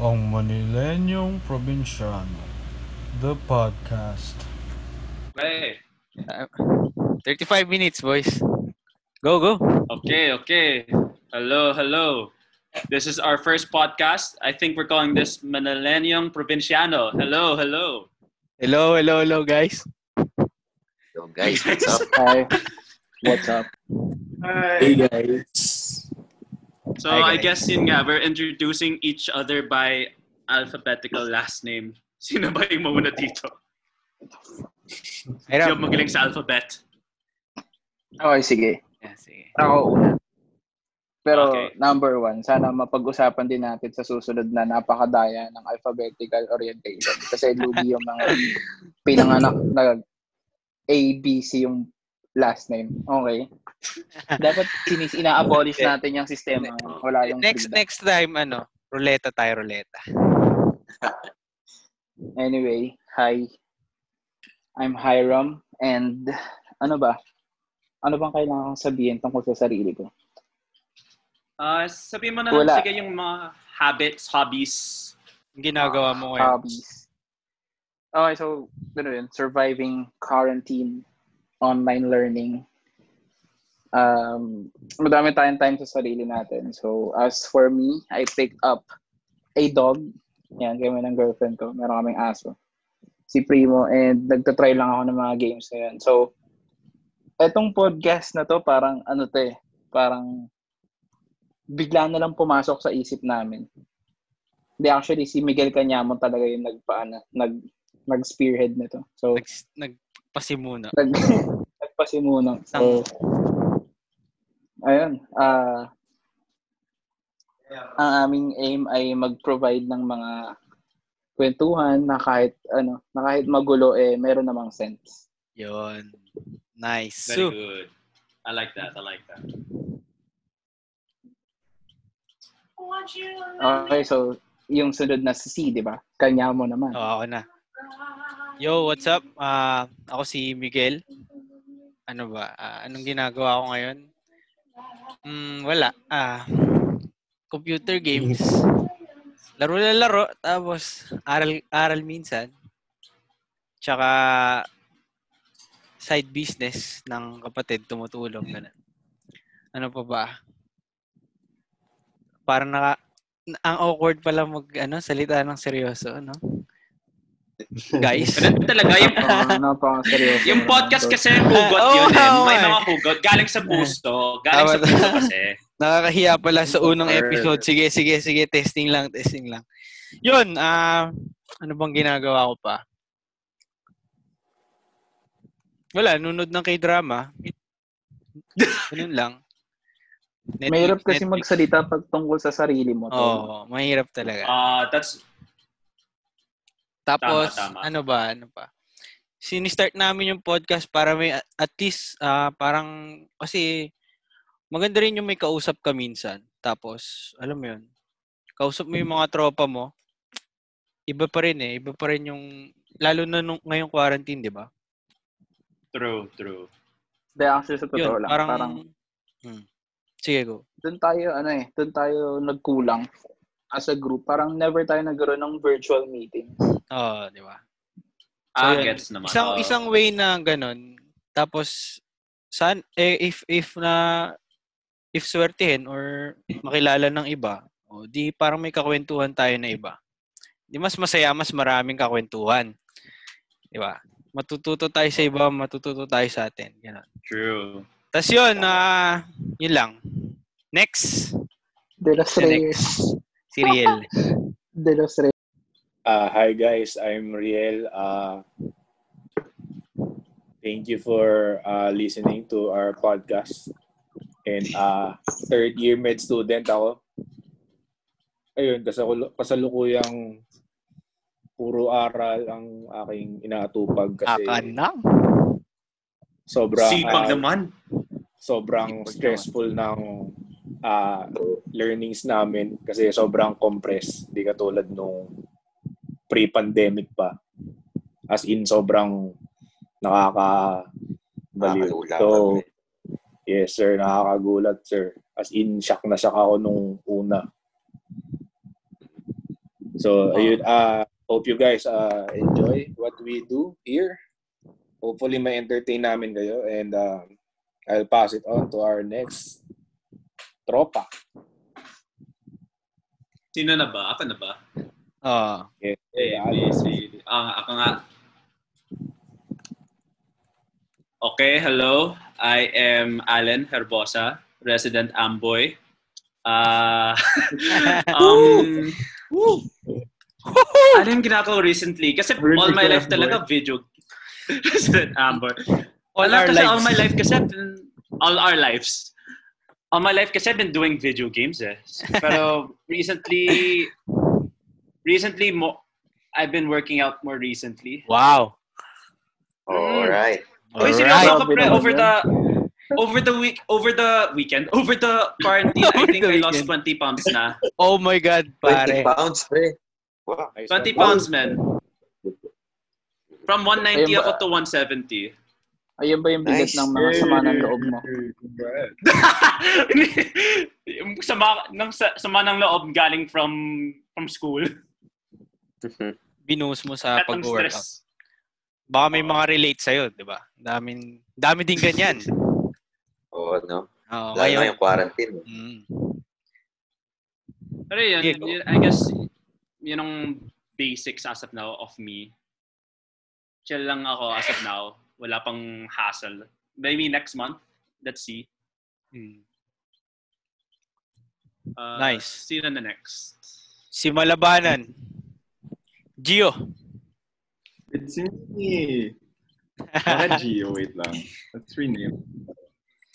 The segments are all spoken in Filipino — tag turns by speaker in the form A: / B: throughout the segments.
A: Ang Manilenyong Probinsyano, the podcast.
B: Okay,
C: Uh, 35 minutes, boys. Go, go.
B: okay, okay. Hello, hello. This is our first podcast. I think we're calling this Manilenium Provinciano. Hello, hello.
C: Hello, hello, hello, guys.
D: Yo guys, what's up?
E: Hi. What's up?
B: Hi.
E: guys.
B: So
C: Hi,
B: I guess yun nga, we're introducing each other by alphabetical last name. Sino ba yung mauna dito? Sino
C: Hirap.
B: magaling sa alphabet?
E: Okay, sige.
C: Yeah, sige.
E: Ako una. Pero
B: Okay.
E: number one, sana mapag-usapan din natin sa susunod na napakadaya ng alphabetical orientation. Kasi lugi yung mga pinanganak na A, B, C yung last name. Okay? Dapat sinis ina-abolish natin yung sistema. Wala yung
C: Next
E: freedom.
C: next time ano, ruleta tayo ruleta.
E: Anyway, hi. I'm Hiram and ano ba? Ano bang kailangan kong sabihin tungkol sa sarili ko?
B: Ah, sabihin mo na lang
E: Wala.
B: sige yung mga habits, hobbies.
C: Yung ginagawa mo ngayon.
E: hobbies. Okay, so, ano yun, surviving quarantine, online learning. Um, madami tayong time sa sarili natin. So, as for me, I picked up a dog. Yan, kami ng girlfriend ko. Meron kaming aso. Si Primo. And nagtatry lang ako ng mga games na yan. So, etong podcast na to, parang ano to eh, parang bigla na lang pumasok sa isip namin. Hindi, actually, si Miguel Canyamon talaga yung nagpaana, nag, nag-spearhead nito. So,
C: Nag, nagpasimuna.
E: nag, nagpasimuno. So, Eh, ayun. ah ang aming aim ay mag-provide ng mga kwentuhan na kahit ano, na kahit magulo eh meron namang sense.
C: Yun.
B: Very
C: Nice. So,
B: good. I like that, I like that.
E: Okay, so yung sunod na si C, di ba? Kanya mo naman.
C: oh, ako na. Yo, what's up? Ah, ako si Miguel. Ano ba? Ah, anong ginagawa ko ngayon? Mm, wala. Ah, computer games. Laro na laro. Tapos, aral, aral minsan. Tsaka, side business ng kapatid tumutulong. Ganun. Ano pa ba? Parang naka... Ang awkward pala mag ano, salita ng seryoso, no? Guys.
B: Ganun talaga yung
C: Oh.
E: Napaka- napaka-seryoso.
B: Yung podcast kasi hugot
C: Ah, oo
B: yun eh.
C: nga, oo
B: May
C: nga eh.
B: mga hugot. Galing sa puso. Galing sa
C: Tama.
B: puso kasi.
C: Nakakahiya pala sa unang
D: Sure.
C: episode. Sige, sige, sige. Testing lang, testing lang. Yun, ah, ano bang ginagawa ko pa? Wala, nunod ng k-drama. Ganun lang. Netflix,
E: Mahirap kasi
C: Netflix.
E: magsalita pag tungkol sa sarili mo.
C: Oo, oh, mahirap talaga.
B: Ah, that's
C: Tapos,
B: Tama, tama.
C: ano ba, ano pa? Sinistart namin yung podcast para may, at least, ah, parang, kasi, maganda rin yung may kausap ka minsan. Tapos, alam mo yun, kausap mo yung mga tropa mo, iba pa rin eh, iba pa rin yung, lalo na nung, ngayong quarantine, di ba?
B: true, true.
E: Hindi, actually, sa totoo
C: Yun,
E: lang.
C: parang,
E: parang
C: Hmm. sige go.
E: doon tayo ano eh, doon tayo nagkulang as a group. Parang never tayo nagkaroon ng virtual meeting.
C: Oo, di ba? So,
B: Ah,
C: yun.
B: gets naman. Oh,
C: Isang
B: Oo.
C: isang way na ganun. Tapos san eh, if if na if swertihin or makilala ng iba, o di parang may kakwentuhan tayo na iba. Di mas masaya, mas maraming kakwentuhan. Di ba? Matututo tayo sa iba, matututo tayo sa atin. Ganun.
B: True.
C: Tapos yun, ah, yun lang. Next,
E: De Los
C: The
E: Reyes.
C: si Riel.
E: De Los Reyes.
F: Uh, hi guys, I'm Riel. Uh, thank you for uh, listening to our podcast. And uh, third year med student ako. Ayun, kasalu- kasalukuyang puro aral ang aking inaatupag kasi
C: Akanang.
F: sobrang
B: Sipag
F: uh,
B: naman.
F: sobrang
C: Sipag
F: stressful ng ah, learnings namin kasi sobrang compressed. Di katulad nung pre-pandemic pa. As in, sobrang nakaka baliw.
D: Nakakatulak.
F: So, yes sir, nakakagulat sir. As in, shock na shock ako nung una. So, ayun. Uh, hope you guys uh, enjoy what we do here. Hopefully, ma-entertain namin kayo. And um, I'll pass it on to our next tropa.
B: Sino na ba? Ako na ba?
C: Ah,
F: Yeah.
B: Eh,
F: Alan.
B: si, ah, ako nga. Okay, hello. I am Allen Herbosa, resident Amboy. Ah, um, ano yung ginagawa recently? Kasi
F: Really
B: all my
F: ka,
B: life
F: Amboy.
B: talaga video. resident Amboy.
C: all
B: Wala
C: our
B: kasi
C: lives.
B: all my life kasi I've been- all our lives. All my life kasi I've been doing video games eh. Pero recently recently mo I've been working out more recently.
C: Wow.
D: Alright.
B: Uy,
C: Alright.
B: seryoso ako
E: Grabe
B: pre
E: naman
B: over the over the week over the weekend over the quarantine I
C: Over
B: think
C: the
B: I lost
C: weekend.
B: 20 pounds na.
C: Oh my God,
D: 20
C: pare.
D: pounds, pre. Wow.
F: Ayos
B: 20
F: na.
B: pounds man. From 190
E: Ayun
B: ako
E: ba?
B: to 170.
E: Ayun ba yung bigat
D: Nice.
E: ng mga sama ng loob mo?
B: Yung sama ng sama ng loob galing from from school.
C: Binus mo sa
B: At ang
C: pag-workout.
B: stress.
C: Baka may mga relate sa'yo, di ba? Daming, dami din ganyan.
D: Oo, no?
C: Oo,
D: Lalo na
C: ngayon.
D: yung quarantine. eh.
C: Mm.
B: Pero yun,
C: Sige, go.
B: yun, I guess, yun ang basics as of now of me. Chill lang ako as of now. Wala pang hassle. Maybe next month. Let's see.
C: Mm.
B: Uh,
C: Nice.
B: Sino na next?
C: Si Malabanan. Gio.
G: It's me. Baka Gio, wait lang. Let's rename.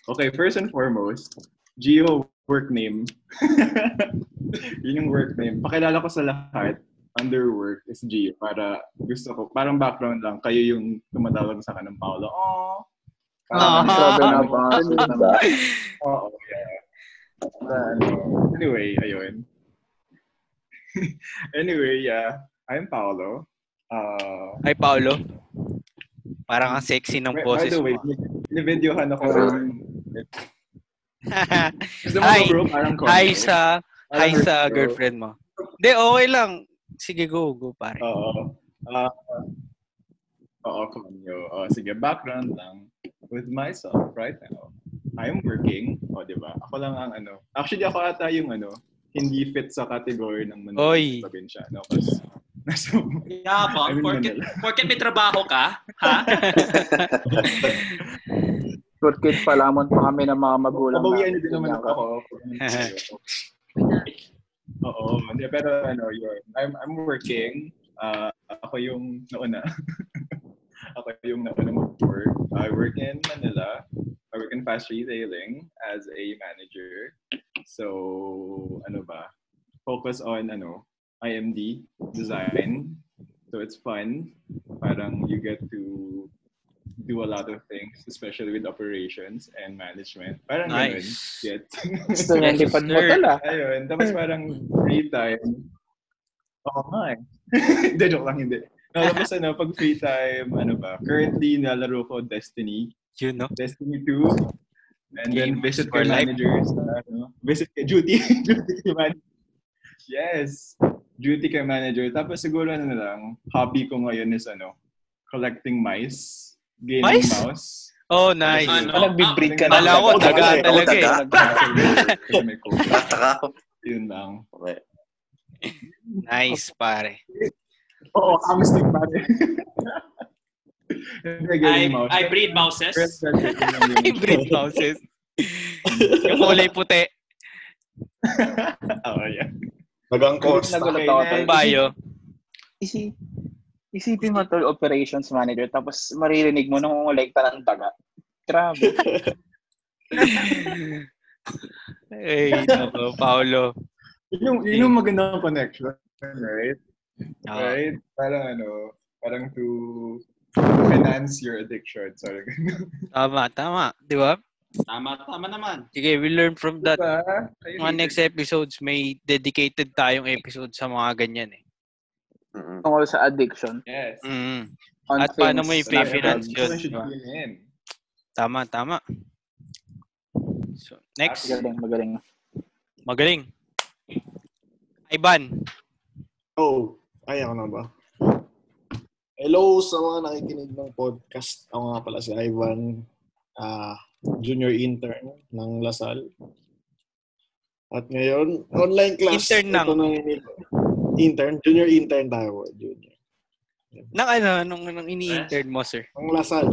G: Okay, first and foremost, Gio work name. Yun yung work name. Pakilala ko sa lahat, under work is Gio. Para gusto ko, parang background lang, kayo yung tumatawag sa akin ng Paolo. Oh,
E: Ah, Grabe na ba? Ano
G: Oo, yeah. Ano, anyway, ayun. anyway, yeah. I'm Paolo. Uh,
C: Ay, Paolo. Parang ang sexy ng
G: By-
C: boses
G: By the way,
C: mo.
G: nabidyohan ako. Gusto mo
C: Hi.
G: ba, bro? Parang konti.
C: hi sa,
G: Parang
C: hi sa
G: bro.
C: girlfriend mo. Hindi, okay lang. Sige, go, go, pare.
G: Oo. Ah, Oo, konyo. Oh, sige, background lang with myself right now. I'm working. O, di ba? Ako lang ang ano. Actually, ako ata yung ano, hindi fit sa category ng
C: Oy.
G: Manila sa probinsya. No? Kasi, nasa,
B: Yabang,
G: I'm in
B: porket, porket may trabaho ka, ha?
E: Turkit palamon pa kami ng mga magulang
G: Pabawian
E: namin.
G: din naman
E: Ganyan ka.
G: ako. Oo, hindi, pero ano, yun. I'm, I'm working. Ah, ako yung nauna. ako yung nauna mag-work. I work in Manila. I work in fast retailing as a manager. So, ano ba? Focus on, ano, IMD design. So it's fun. Parang you get to do a lot of things, especially with operations and management. Parang ganun.
C: Nice.
G: Yes. Ah,
E: Gusto niya lipad mo
C: Sir.
E: tala.
G: Ayun, tapos parang free time. Oo nga eh. Hindi, joke lang, hindi. No, tapos ano, pag free time, ano ba, currently nalaro ko Destiny.
C: You know?
G: Destiny 2. And
C: Game
G: then visit
C: for
G: kay
C: life.
G: managers. Ano, visit kay duty. duty kay manager. Yes. Duty kay manager. Tapos siguro ano na lang, hobby ko ngayon is ano, collecting mice. Gaming
C: Mice?
G: mouse.
C: Oh, nice.
B: Ano?
E: Ah, nagbe-breed ka na.
C: Kala ko,
G: Ano?
C: daga
D: Daga.
C: talaga eh.
D: Daga.
G: Kasi may COVID.
D: Tataka ko.
G: Yun lang.
D: Okay.
C: Nice, pare.
G: Oo, hamster pare.
B: I, I breed mouses.
C: Hybrid houses. Yung kulay puti.
G: Oo, yeah.
H: Nagang course.
E: Nagulat ako
C: Ang
E: tol.
C: bayo.
E: Isi, isipin mo tol operations manager tapos maririnig mo nung like ka ng daga. Grabe.
C: Ay, nako, Paolo.
G: Yun yung, yun yung magandang connection, right?
C: Ah,
G: Right? Parang ano, parang to to finance your addiction. Sorry.
C: tama, tama. Di ba?
B: Tama, tama naman.
C: Sige, we learn from that.
G: diba?
C: Mga next episodes, may dedicated tayong episode sa mga ganyan eh.
D: Mm-mm.
E: Tungkol sa addiction.
G: Yes.
C: Mm.
E: On
C: At paano
E: things-
C: mo i-finance yun?
G: Someone should
C: Diba?
G: tune in.
C: Tama, tama. So, next.
E: Magaling, magaling.
C: Magaling. Ivan.
H: Oh, ay ako na ba? Hello sa mga nakikinig ng podcast. Ako nga pala si Ivan, ah, junior intern ng Lasal. At ngayon, online class.
C: Intern lang.
H: Ito na yung- intern, junior intern tayo. Junior.
C: Nang ano, nung, nung ini-intern mo, sir?
H: Ang Lasal.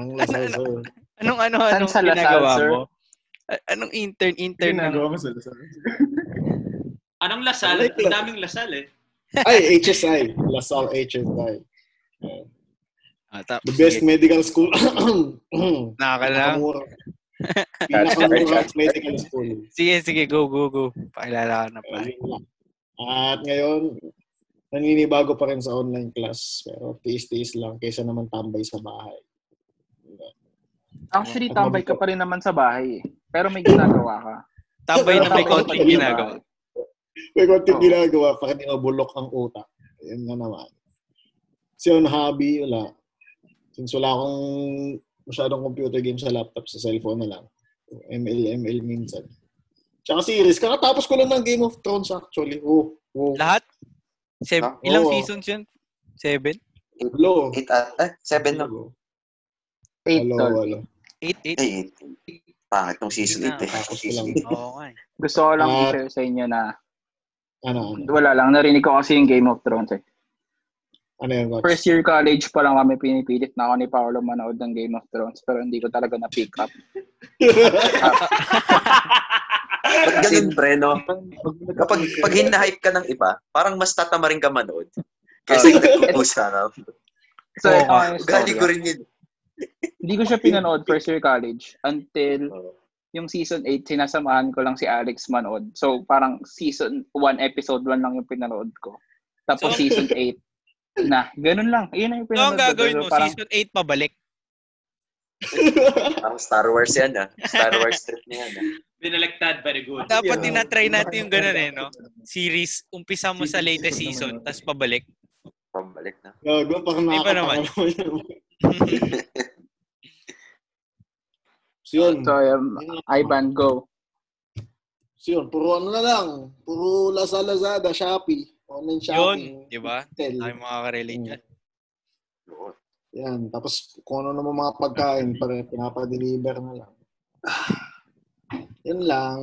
H: Ang Lasal, sir.
C: Anong ano,
E: Saan
C: anong
E: sa Lasal,
C: ginagawa
E: sir?
C: mo? A- Anong intern, intern ng...
G: Ginagawa mo sa Lasal.
B: Anong Lasal? Ang daming Lasal eh.
H: Ay, HSI. Lasal HSI.
C: Ah, ta-
H: The best
C: sige,
H: medical school.
C: Nakakalang.
H: Pinakamura. Pinakamura medical school.
C: Sige, sige, go, go, go. Pakilala ka na pa.
H: Ayun lang. At ngayon, naninibago pa rin sa online class. Pero tiis-tiis lang kaysa naman tambay sa bahay.
E: Actually, tambay ka pa rin naman sa bahay. eh. Pero may ginagawa ka.
C: Tambay na may
E: Tambay ka pa
C: konting
E: rin sa
C: ginagawa.
E: bahay.
H: May konting
E: Oo.
H: ginagawa, baka di mabulok ang utak. Ayun na naman. So yun, hobby, wala. Since wala akong masyadong computer game sa laptop, sa cellphone na lang. ML, ML minsan. Tsaka series. Kakatapos ko lang ng Game of Thrones actually. Oh, oh.
C: Lahat? Seven,
D: Ah,
C: ilang
H: oo.
C: seasons yun? Seven?
H: Hello.
D: Eight at, eh, seven no?
E: Eight
H: Hello,
E: tol.
H: hello.
C: Eight, eight?
D: Ay, eight. Pangit nung season eight eh.
H: Tapos ko lang.
C: Oo nga eh.
E: Gusto ko lang
H: Ah.
E: i-share sa inyo na
H: Ano, ano?
E: wala lang. Narinig ko kasi yung Game of Thrones eh.
H: Ano yun, Max?
E: First year college pa lang kami pinipilit na ako ni Paolo manood ng Game of Thrones pero hindi ko talaga na-pick up.
D: Ba't
E: Kasi-
D: ganun, pre, no? Kapag pag hinahype ka ng iba, parang mas tatama rin ka manood. Kasi nagkukusa na.
E: So,
C: Oo
E: ito
C: nga.
E: ang
D: Gali
E: story.
D: ko rin yun.
E: Hindi ko siya pinanood first year college until yung season 8, sinasamahan ko lang si Alex manood. So, parang season 1, episode 1 lang yung pinanood ko.
C: So-
E: Tapos season 8 na. Ganun lang. Yun na yung
C: So, ang
E: pinanood ko.
C: gagawin
E: So,
C: mo,
E: parang,
C: season 8 pabalik.
D: Parang Star Wars yan, ah. Star Wars trip niya, ah.
B: Binaliktad, very good.
C: Dapat
H: Yeah.
C: tinatry natin yung ganun eh, no? Series, umpisa mo sa latest season, tapos pabalik.
D: Pambalik na.
H: Gago, parang
C: Iba naman.
H: nakakapangalaman. so yun.
E: so, um, Ivan, go.
H: So yun, puro ano na lang. Puro Laza Lazada, Shopee. Online shopping.
C: Yun, di ba?
H: Hotel.
C: Ay, makaka-relate dyan.
H: Yan. Tapos kung ano naman mga pagkain, para pinapa-deliver na lang. Yun lang.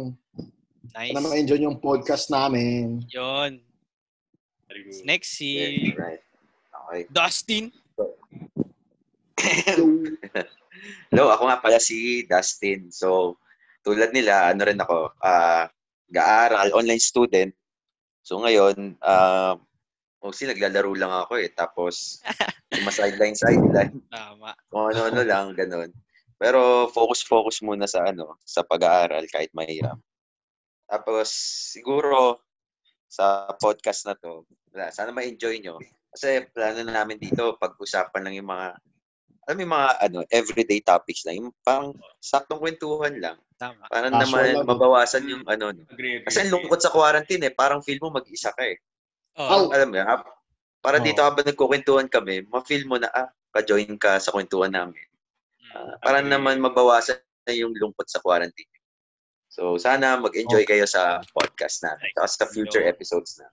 C: Nice.
H: Sana ma-enjoy yung podcast namin.
C: Yun.
B: Very good.
C: Next, si
D: Yeah, right. Okay.
C: Dustin.
D: Hello, ako nga pala si Dustin. So, tulad nila, ano rin ako, ah, nag-aaral, online student. So, ngayon, ah, mostly naglalaro lang ako eh. Tapos, yung mga sideline, sideline.
C: Tama.
D: Kung ano-ano lang, ganun. Pero, focus-focus muna sa ano, sa pag-aaral kahit mahirap. Tapos, siguro, sa podcast na to, wala, sana ma-enjoy nyo. Kasi plano namin dito, pag-usapan lang yung mga, alam mo yung mga ano, everyday topics lang. Yung parang saktong kwentuhan lang.
C: Tama.
D: Para
H: Casual
D: naman
H: lang.
D: mabawasan yung ano. no.
B: Agree, agree.
D: Kasi ang lungkot sa quarantine eh, parang feel mo mag-isa ka eh.
C: Oh,
D: Alam mo yun, ah, para
A: Oo.
D: dito habang nagkukwentuhan kami, ma-feel mo na, ah, ka-join ka sa kwentuhan namin. Ah, para
B: Agree.
D: naman mabawasan na yung lungkot sa quarantine. So, sana mag-enjoy kayo sa podcast na. Saka sa future episodes na.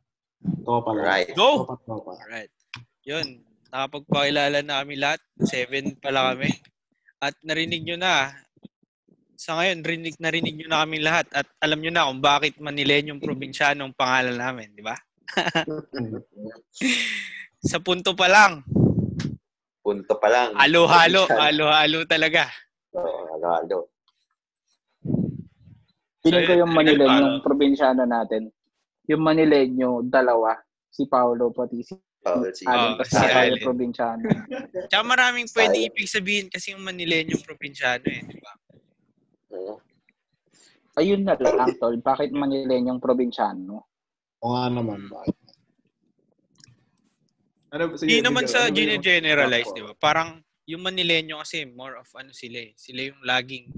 H: Tropa lang.
D: Alright.
C: Go!
H: Tropa, tropa.
C: Alright. Yun. Nakapagpakilala na kami lahat. Seven pala kami. At narinig nyo na. Sa ngayon, rinig, narinig nyo na kami lahat. At alam nyo na kung bakit Manilenyong Probinsyanong pangalan namin. Di ba? Sa punto pa lang.
D: Punto pa lang.
C: Halo-halo. Halo-halo talaga.
D: Oo, halo-halo.
E: Piling
B: So,
E: ko yung
B: yun,
E: Manila,
B: Paolo.
E: yung probinsyano natin. Yung Manileño, dalawa. Si Paolo, pati si
D: Oh, let's see.
C: Oo,
E: Alin, tapos
C: Ah, si
E: si Alin
C: Alin.
E: probinsyano.
C: Tsaka maraming pwede
D: Style.
C: ibig sabihin kasi yung Manilenyong Probinsyano eh. Di ba?
D: Oo.
E: Ayun na lang, tol. Bakit Manileñong probinsyano?
H: O nga naman. Bakit?
G: Ano, sige,
C: Hindi naman
G: sige,
C: sa
G: ano ba yung-
C: gine-generalize, di ba? Parang yung Manilenyo kasi more of ano sila eh. Sila yung laging,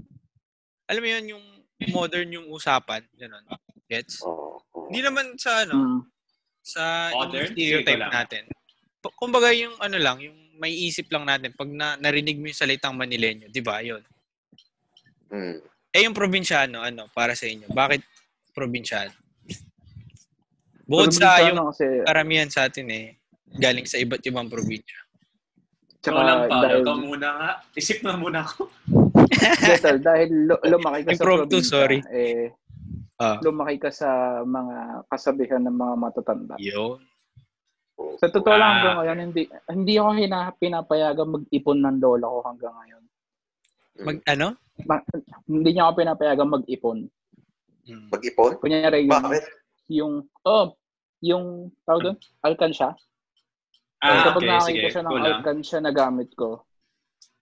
C: alam mo yun, yung modern yung usapan. Ganun. Gets?
D: Oo. oo.
C: Hindi naman sa ano,
E: Hmm.
C: sa
B: Modern?
C: yung
B: Sige
C: stereotype
B: lang.
C: natin. Pa- Kumbaga yung ano lang, yung may isip lang natin pag na, narinig mo yung salitang Manilenyo, di ba? Yun.
D: Mm.
C: Eh yung probinsyano, ano, para sa inyo? Bakit probinsyano? Bukod
E: Pero
C: sa
E: minsan,
C: yung
E: ano, kasi,
C: karamihan sa atin eh, galing sa iba't ibang probinsya.
E: tsaka
B: Ikaw lang, Paolo.
E: dahil-
B: Ikaw muna nga. Isip na muna ako.
E: Betal, dahil lu- lumaki ka sa
C: Impromptu,
E: probinsya,
C: sorry.
E: eh,
C: Ah.
E: lumaki ka sa mga kasabihan ng mga matatanda.
C: Yun.
E: Sa totoo lang
B: Ah.
E: hanggang ngayon, hindi, hindi ako hina, pinapayagan mag-ipon ng lola ko hanggang ngayon.
C: Mag, ano?
E: Ma- hindi niya ako pinapayagan mag-ipon.
C: Mm.
D: Hmm. Mag-ipon?
E: Kunyari yung,
D: Bakit?
E: yung, oh, yung, tawag doon, alkansya.
B: Ah,
E: Kapag
B: okay.
E: nakakita
B: Sige,
E: siya ng
B: cool lang.
E: alkansya na gamit ko,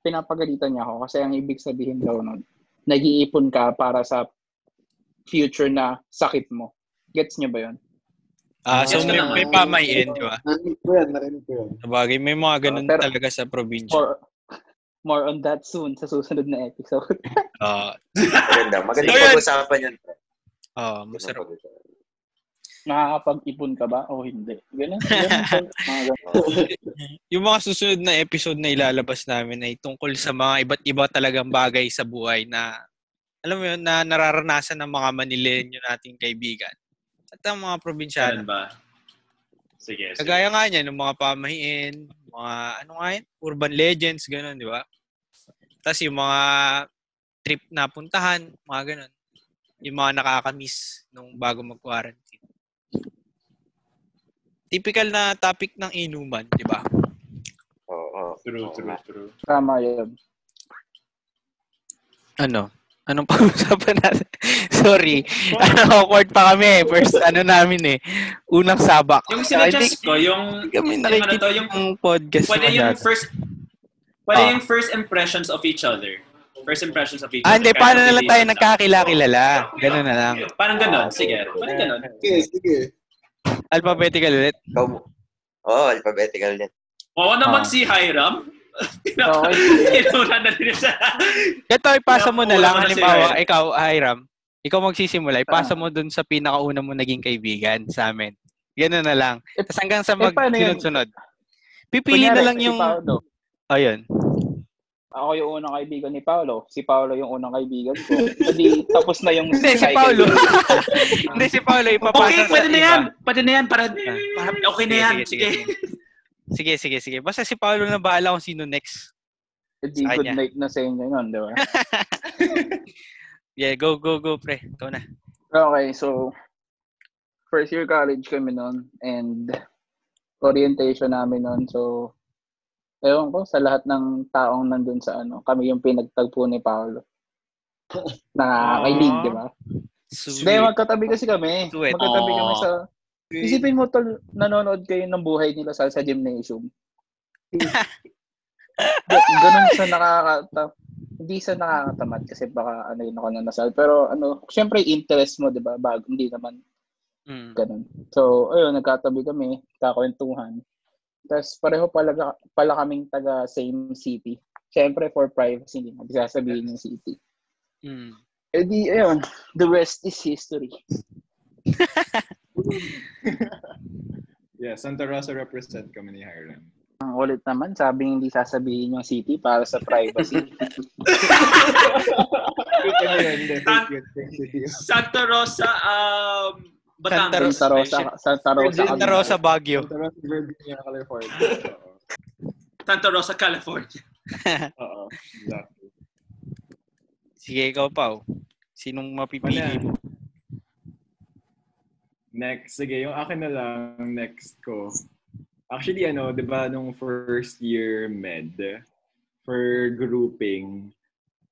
E: pinapagalitan niya ako kasi ang ibig sabihin daw nun, nag-iipon ka para sa future na sakit mo. Gets niyo ba yun?
C: Ah, so
B: Yes,
C: may,
B: naman.
C: may pamayin, di ba?
H: Narinig ko yan, narinig ko yan.
C: Sabagay, may mga ganun
E: pero-
C: talaga sa probinsya.
E: More, more on that soon sa susunod na episode.
C: Ah,
D: Maganda. Maganda
C: Ayun.
D: pag-usapan yan.
C: ah, masarap.
E: Nakakapag-ipon ka ba o hindi? Ganun. ganun. Mga ganun.
C: Yung mga susunod na episode na ilalabas namin ay tungkol sa mga iba't iba talagang bagay sa buhay na alam mo yun, na nararanasan ng mga Manilenyo nating kaibigan at ang mga probinsyano.
B: Ganun ba? Sige, sige.
C: Kagaya nga niya, ng mga pamahiin, mga ano nga yun, urban legends, ganun, di ba? Tapos yung mga trip na puntahan, mga ganun. Yung mga nakakamiss nung bago mag-quarantine. Typical na topic ng inuman, di ba?
D: Oo.
B: True,
D: Oo
B: true,
D: nga.
B: true.
E: Tama yun.
C: Ano? Anong pag-usapan natin? Sorry. Ano, awkward pa kami. eh. First, ano namin eh. Unang sabak.
B: Yung
C: Kaya hindi-
B: sinadjust ko, yung...
C: hindi kami
B: yung ano
C: nakikinig
B: to, yung...
C: ng podcast
B: Pwede yung
C: masyado.
B: first... Pwede
C: Ah.
B: yung first impressions of each other. First impressions of each
C: Ah,
B: other.
C: hindi.
B: Kahit
C: Paano na lang
B: hindi-
C: tayo nagkakilala? Ganun na lang.
B: Parang ganun, sige. Parang ganun.
H: Sige, sige.
C: Alphabetical ulit.
D: Ikaw mo. Oo, alphabetical yan.
B: Oo naman
C: Ah.
B: si Hiram.
E: Okay.
B: Tinura na rin siya.
C: Ito, ipasa mo
B: Wala
C: na
B: eh.
C: lang.
B: ko na
C: Halimbawa,
B: sinabi.
C: ikaw, Hiram, ikaw magsisimula.
E: Ah.
C: Ipasa mo dun sa pinakauna mo naging kaibigan sa amin. Ganun na lang.
E: Eh,
C: Tapos hanggang sa
E: eh, paano yun?
C: magsunod-sunod. Pipili na lang yung...
E: si Paolo.
C: Ayun.
E: Ako yung unang kaibigan ni Paolo. Si Paolo yung unang kaibigan ko. Hindi, tapos na yung
C: Hindi, si
E: cycle.
C: Paolo. Hindi, si Paolo. Ipapasa
B: Okay,
C: sa
B: pwede na
C: iba.
B: yan. Pwede na yan. Para,
C: Ah.
B: para okay na yan. Sige.
C: Sige, sige, sige. Basta si Paolo na bahala kung sino next.
E: Hindi,
C: Sa kanya.
E: good night na sa inyo nun, di ba?
C: Yeah, go, go, go, pre. Ikaw na.
E: Okay, so first year college kami nun and orientation namin nun. So, ewan ko, sa lahat ng taong nandun sa ano, kami yung pinagtagpo ni Paolo. Nakakailig, di ba? Hindi,
C: Sweet.
E: magkatabi kasi kami.
C: Sweet.
E: Magkatabi kami
B: Aw.
E: sa... Isipin mo, tol, nanonood kayo ng buhay nila sa, sa gymnasium. Ga- ganun sa nakakata... Hindi sa nakakatamad kasi baka ano yun ako na nasal. Pero ano, syempre interest mo, di ba? Bago, hindi naman
C: Mm.
E: ganun. So, ayun, nagkatabi kami, kakwentuhan. Tapos pareho pala, pala kaming taga same city. Syempre for privacy, hindi magsasabihin yung city.
C: Mm.
E: Eh di, ayun, the rest is history.
G: Yeah, Santa Rosa represent kami ni Hiram.
E: Ang ulit naman, sabi hindi sasabihin yung city para sa privacy.
G: Ano yun? Thank you, thank you, thank you.
B: Santa Rosa, um, Batangas.
E: Santa Rosa, Santa Rosa,
C: Santa Rosa Baguio.
G: Santa Rosa, Virginia, California. Oo.
B: Santa Rosa, California.
G: Oo, exactly.
C: Sige, ikaw, Pao. Sinong mapipili
G: Wala.
C: mo?
G: Next, sige, yung akin na lang, next ko. Actually, ano, di ba, nung first year med, for grouping,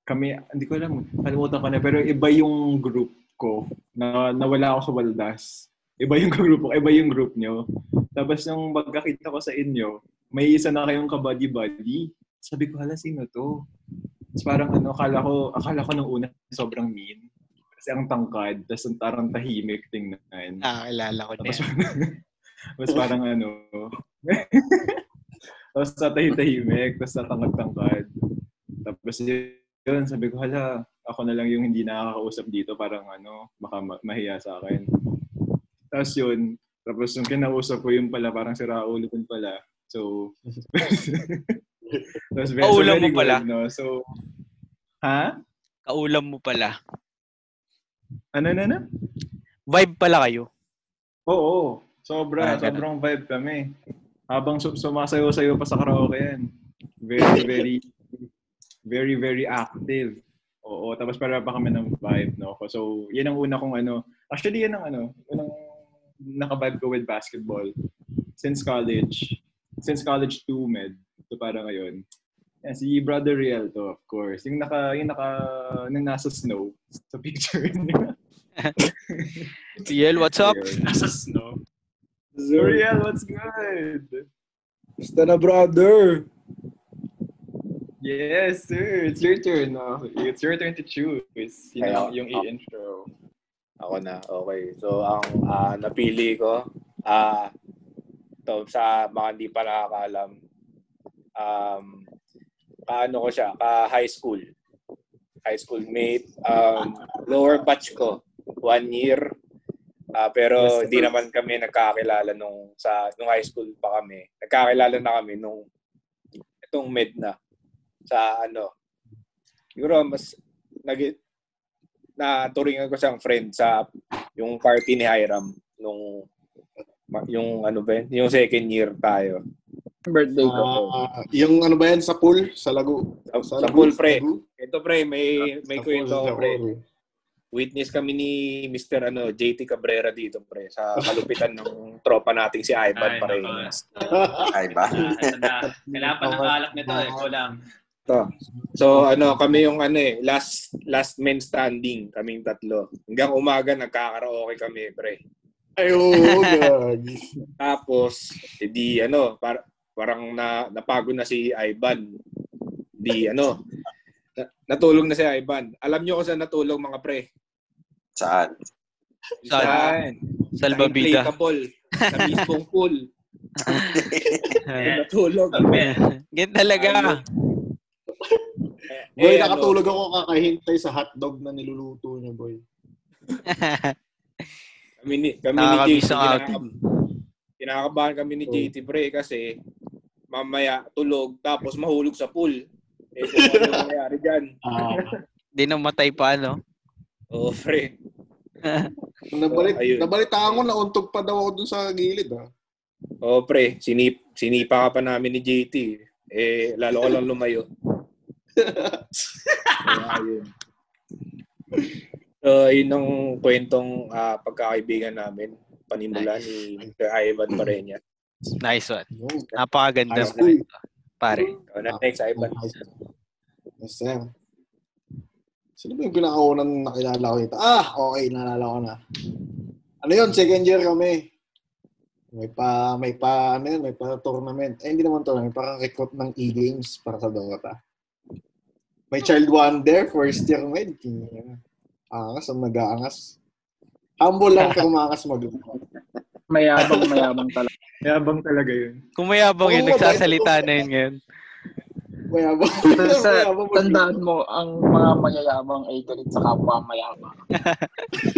G: kami, hindi ko alam, kalimutan ko na, pero iba yung group ko, na nawala ako sa Waldas. Iba yung grupo, iba yung group nyo. Tapos nung pagkakita ko sa inyo, may isa na kayong kabadi-badi. Sabi ko, hala, sino to? Tapos parang ano, akala ko, akala ko nung una, sobrang mean. Kasi ang tangkad, tapos ang tarang tahimik tingnan.
C: Nakakilala Ah, ko na
G: Tapos,
C: yan.
G: tapos parang ano. tapos tatahimik, tapos tatangkad-tangkad. Tapos yun, sabi ko, hala, ako na lang yung hindi nakakausap dito. Parang ano, baka ma- mahiya sa akin. Tapos yun, tapos yung kinausap ko yun pala, parang si Raul din pala. So, tapos very, so
C: Paulam
G: very
C: Oh, mo pala.
G: good, no? So, ha?
C: Kaulam mo pala.
G: Ano na na?
C: Vibe pala kayo.
G: Oo.
C: Parang
G: Sobra,
C: Ah, ganun.
G: sobrang vibe kami. Habang sum- sumasayo-sayo pa sa karaoke yan. Very, very, very, very active. Oo, tapos para pa kami ng vibe, no? So, yan ang una kong ano. Actually, yan ang ano, unang naka-vibe ko with basketball. Since college, since college to med, to para ngayon. Yan, si Brother Riel to, of course. Yung naka, yung naka, nung nasa snow sa picture niya.
C: TL, what's up?
G: Ayun.
B: Nasa snow.
G: So, Riel, what's good?
I: Basta na, brother.
G: Yes, sir. It's your turn. No? It's your turn to choose. You know,
F: Ayaw.
G: yung
F: Oh.
G: i-intro.
F: Ako na, okay. So, ang ah, napili ko, ah to, sa mga hindi pa nakakaalam, um, kaano ko siya, ka-high school. High school mate, um, lower batch ko, one year. Ah, pero
G: Yes,
F: hindi
G: sir.
F: naman kami nagkakilala nung, sa, nung high school pa kami. Nagkakilala na kami nung itong med na. Sa ano, siguro mas nag, na turingan ko siyang friend sa yung party ni Hiram nung ma- yung ano ba yun? yung second year tayo.
E: Birthday ko.
H: Ah, yung ano ba yan? Sa pool? Sa lago?
F: Sa,
H: Sa,
F: sa
H: lago?
F: pool pre.
H: Lago?
F: Ito pre, may may
H: Sa
F: kwento
H: pool,
F: ako
H: sa
F: pre.
H: pool.
F: Witness kami ni Mr. ano JT Cabrera dito pre sa kalupitan ng tropa nating si
B: Ay,
F: Ivan pare.
B: nako.
D: Ay ba?
B: Ah, ito na. Kailangan pa ng alak nito eh. Kulang.
F: So ano kami yung ano eh last last man standing kaming tatlo. Hanggang umaga nagkakaraoke kami pre.
H: Ay, oo, gagi.
F: Tapos, edi ano, par- parang na, napago na si Ivan. Di ano, na- natulog na si Ivan. Alam niyo kung saan natulog mga pre?
D: Saan?
C: Saan?
F: Sa
C: Salbabida.
F: inflatable. Sa mismong pool.
B: Eh,
F: natulog.
C: Ganyan talaga.
F: Eh,
H: Boy,
F: eh,
H: nakatulog
F: ano,
H: ako kakahintay sa hotdog na niluluto niya, boy.
F: Kami ni, kami ni JT.
C: Nakakamiss ang
F: kinaka-
C: outing.
F: Kinakabahan kami ni
H: Oh.
F: JT pre kasi mamaya tulog tapos mahulog sa pool. Eh kung ano nangyari dyan.
H: Ah,
C: Hindi na matay pa, no?
F: Oo, Oh, pre.
H: nabalit,
F: So, ayun.
H: nabalitaan ko, nauntog pa daw ako dun sa gilid, ah.
F: Oo, pre. Sinip, sinipa ka pa namin ni JT. Eh, lalo ko lang lumayo. Kaya yun. So, yun ang kwentong ah, pagkakaibigan namin. Panimula ni Mr. Ivan Parenya.
C: Nice one.
H: No,
C: Napakaganda
H: High
C: mo
H: school.
C: pare.
F: Ikaw na next,
D: Ah,
F: Ivan.
H: Yes, sir. Sino ba yung pinakaunang nakilala ko dito? Ah, okay, naalala ko na. Ano yun, second year kami. May pa, may pa, ano yun, may pa tournament. Eh, hindi naman tournament, parang recruit ng e-games para sa Dota. May Child Wonder, first year med. Kinina. Angas, ang nag-aangas. Humble lang, pero maangas mag
E: Mayabang, mayabang talaga.
G: Yabang talaga yun.
C: Kumayabang yun,
H: Oo,
C: nagsasalita na yun ngayon.
H: Mayabang.
E: Sa,
H: Mayabang mag-
E: tandaan mo, ang mga mayayamang ay galit sa kapwa mayabang.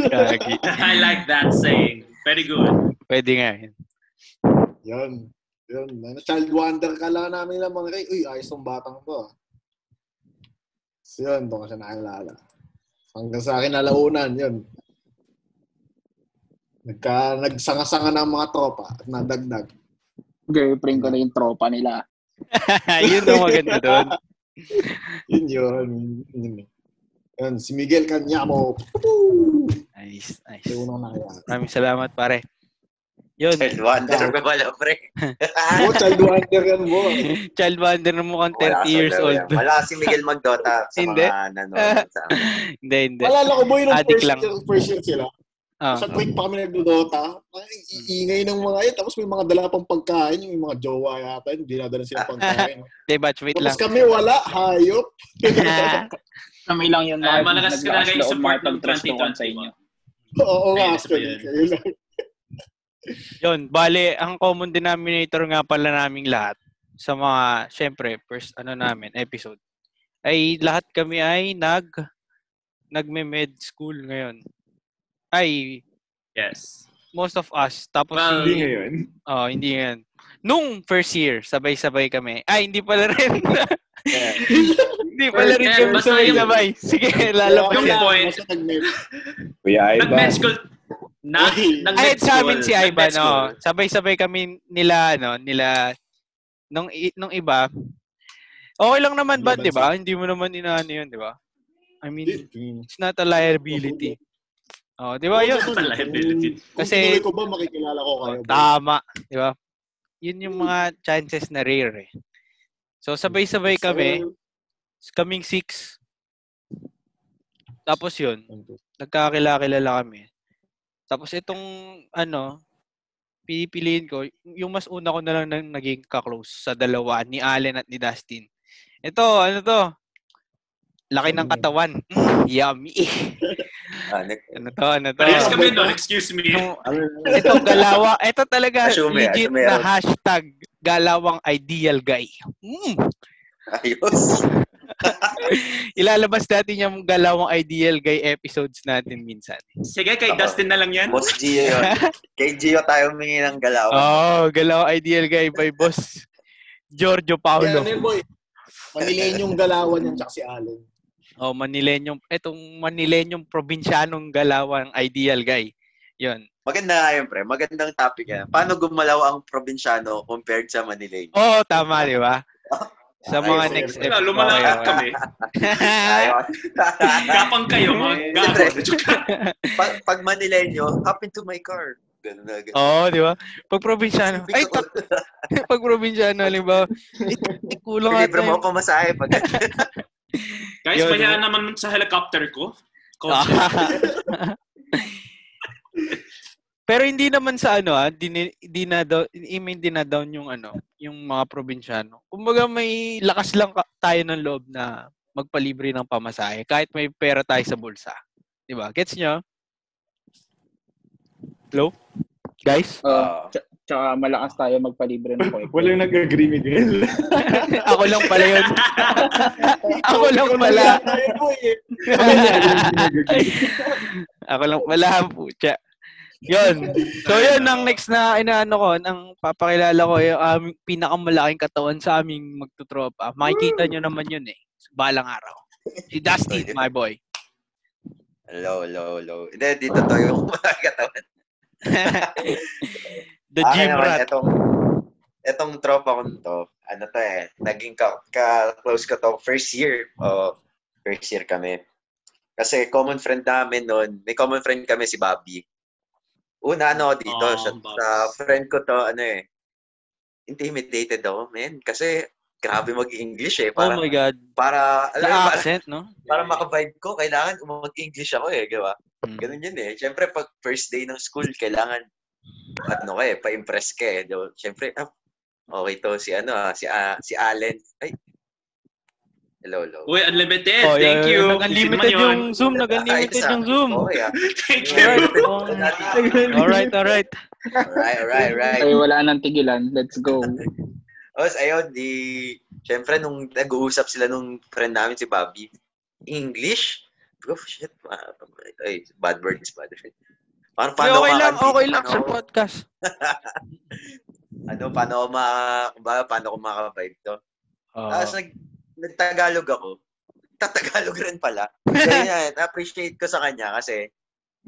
C: Gagi.
B: I like that saying. Very good.
C: Pwede nga yun.
H: Yan. Yan. Ano, Child wonder ka lang namin lang mga kay, uy, ayos ng batang to. ah." So yun, doon ko siya naalala. Hanggang sa akin nalaunan, yun. Nagka, nagsanga-sanga ng mga tropa at nadagdag.
E: Girlfriend ko na yung tropa nila.
C: yun ang maganda doon.
H: Yun yun. Yun, yun. Yun, si Miguel Canyamo.
C: Nice, nice.
H: Yung unang nakilala.
C: Maraming salamat, pare. Yun.
D: Child wonder ka pala, pre.
H: Oh, child wonder yan mo.
C: Child wonder na mukhang 30
D: Wala ka
C: years
D: sa
C: old.
D: Dota. Wala si Miguel Magdota sa
C: Hindi.
D: mga nanonood sa amin.
C: hindi, hindi.
H: Malala ko boy, nung
C: Adik
H: first
C: lang.
H: year, first year sila.
C: Ah, Mm.
H: Sa break pa kami nagdodota. Ay, iingay ng mga yun. Tapos may mga dala pang pagkain. Yung mga jowa yata. Yung dinadala sila pagkain.
C: hindi, batchmate
H: Tapos
C: Ah, lang.
H: kami wala. Hayop.
E: Kami lang yung
B: Ay,
E: mga
B: Ah. malakas ka talaga yung support ng 2021.
H: Oo nga.
B: Ayun, isa pa
H: Actually,
B: yun.
H: kayo lang.
C: Yun, bale, ang common denominator nga pala naming lahat sa mga, syempre, first ano namin, episode, ay lahat kami ay nag, nagme-med school ngayon. Ay,
B: Yes.
C: most of us. Tapos
B: Well,
G: Hindi
C: si,
G: ngayon.
C: oh, hindi yan. Nung first year, sabay-sabay kami. Ay, hindi pala rin.
F: Yeah.
C: hindi pala
B: Eh,
C: rin kami
B: basta yung-
C: sabay-sabay. Sige, lalo
H: Kaya
B: yung
H: kailangan
B: point-
H: basta nag-mail.
F: Kuya
B: Nag-med
F: Ivan.
B: school, Na,
H: Ay,
B: nag
C: Ay, sa amin si
B: oh.
C: Ivan, no. Sabay-sabay kami nila, ano, nila, nung, i- nung iba, okay lang naman ba,
H: Laban
C: di ba? Hindi mo naman inaano yun, di ba? I mean,
H: Yun.
C: it's not a liability. Oh, di ba yun?
B: Pala, liability.
H: Kung
C: Kasi- Ah,
H: tinuloy ko ba, makikilala ko kayo. bro.
C: Tama, di ba? Yun yung mga chances na rare eh. So, sabay-sabay
H: Yes,
C: kami,
H: sir.
C: kaming six. Tapos yun,
H: Ano to?
C: nagkakilala-kilala kami. Tapos itong, ano, pipiliin ko, yung mas una ko na lang nang naging kaklose sa dalawa, ni Allen at ni Dustin. Ito, ano to? Laki ng katawan. Yummy.
D: Ah, nag-
C: Ano to, ano to?
B: Parehas kami no, excuse me.
C: Nung- ito galawa, ito talaga
D: Assume,
C: legit
D: assume
C: na
D: out.
C: hashtag galawang ideal guy. Mm.
D: ayos.
C: Ilalabas natin yung galawang ideal guy episodes natin minsan.
B: Sige, kay
D: Oo.
B: Dustin na lang yan.
D: Boss Gio yun. Kay Gio tayo humingi ng galaw.
C: Oh, galawang ideal guy by boss Giorgio
H: Kaya
C: Paolo.
H: ano yun, boy? Manilen yung galawan niyan tsaka si Allen.
C: Oh, Manilenyong etong Manilenyong probinsyanong galawang ideal guy. 'Yon.
D: Maganda nga yun, pre. Magandang topic yan. Paano gumalaw ang probinsyano compared sa Manila?
C: Oh, tama 'di ba? Sa mga
H: Ayos,
C: next
H: ayos.
B: Wala,
C: episode.
B: lumalakad kami.
C: Ah.
B: Gapang kayo, mga
D: Eh,
B: gago. Joke lang.
D: pag, pag Manilenyo, hop into my car. Ganun na, ganun.
C: Oo, di ba? Pag probinsyano, Oh. ay, tak, pag probinsyano, halimbawa, it, it, kulang
D: Libre
C: ata
D: mo
C: yung
D: ako masahe
C: eh.
D: pag
B: Guys,
C: Yun,
B: mayayaman
C: yun.
B: naman sa helicopter ko. Coach.
C: Ah. Pero hindi naman sa ano ah, di, di na daw, I mean, di na down yung ano, yung mga probinsyano. Kumbaga may lakas lang ka- tayo ng loob na magpalibre ng pamasahe kahit may pera tayo sa bulsa. 'Di ba? Gets nyo? Hello? Guys?
E: Oh, tsa- tsaka malakas tayo magpalibre ng koy.
G: Walang nag-agree, Miguel.
C: Ako lang pala yun. Ako lang pala.
H: Tayo, boy, eh.
C: Ako lang pala, putya. Yun. So, yun ang next na inaano ko, ang papakilala ko, yung aming pinakamalaking katawan sa aming magtutropa. Makikita nyo naman yun eh. Sa balang araw. Si Dustin, my boy.
D: Low, low, low. Hindi, dito to yung mga katawan.
C: The
D: Akin
C: gym
D: naman,
C: rat.
D: Etong, etong tropa ko to, ano to eh, naging ka, ka-close ko to first year. Oh, first year kami. Kasi common friend namin noon, may common friend kami si Bobby. Una ano ako dito,
B: Oh,
D: sa,
B: Bobs.
D: sa friend ko to, ano eh, intimidated ako, man. Kasi, grabe mag-English eh.
C: Oh
D: Para,
C: my God. Ah.
D: para, alam mo,
C: The
D: para,
C: accent, no?
D: para makavibe ko, kailangan mag-English ako eh, di ba?
C: Mm.
D: Ganun yun eh. Siyempre, pag first day ng school, kailangan, ano ka eh, pa-impress ka eh. Diba? Siyempre, ah, okay to si ano ah, si, ah, si Allen. Ay, hello, hello.
B: Uy, unlimited.
C: Oh,
B: Thank
C: yun,
B: you.
C: yun. Nag-unlimited
B: Isipin mo yun.
C: yung Zoom. Nag-unlimited
D: Ayos, ah.
C: yung Zoom.
D: Okay ah.
B: Thank you.
C: Alright. Oh. Alright, alright.
D: Alright, alright, alright.
E: Ay, wala nang tigilan. Let's go.
D: Tapos ayun, di, siyempre, nung nag-uusap sila nung friend namin si Bobby, English? Oh, shit. ah, Ay, bad words, bad words.
C: Uy,
D: Parang paano
C: okay lang,
D: kakantin?
C: okay lang sa
D: Paano-
C: podcast.
D: ano, paano ako maka, kumbaga, paano ako makavibe to?
C: Oh.
D: Tapos nag, nagtagalog ako. Tatagalog rin pala. Kaya yan, appreciate ko sa kanya kasi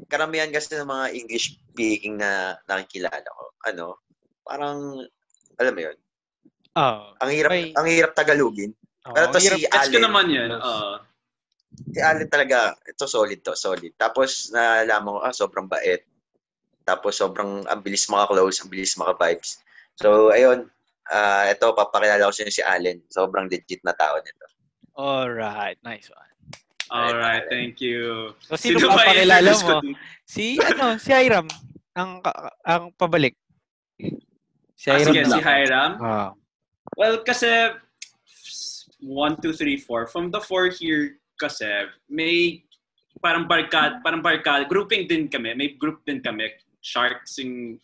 D: karamihan kasi ng mga English speaking na nakikilala ko. Ano, parang, alam mo yun,
C: Oh.
D: ang hirap,
C: May-
D: ang hirap Tagalogin. Pero
C: Oh,
D: to
C: hirap.
D: si
B: Gets ko
D: Allen,
B: naman Oh. yan. Oo.
D: si Allen talaga, ito solid to, solid. Tapos nalaman ko, ah, sobrang bait. Tapos sobrang, ang bilis maka-close, ang bilis maka-vibes. So, ayun, ah ito, papakilala ko sa inyo si Allen. Sobrang legit na tao nito.
C: Alright, nice one.
B: Alright, thank you.
C: So, sino,
B: ba
C: papakilala
B: i-introduce ko
C: mo?
B: dito?
C: Si, ano, si Hiram. Ang, ka- ang pabalik. Si
B: Ah,
C: Hiram
B: sige,
C: na.
B: si Hiram.
C: Ah.
B: Well, kasi one, two, three, four. From the four here kasi may parang barkad, parang barkad. Grouping din kami. May group din kami. Sharks yung,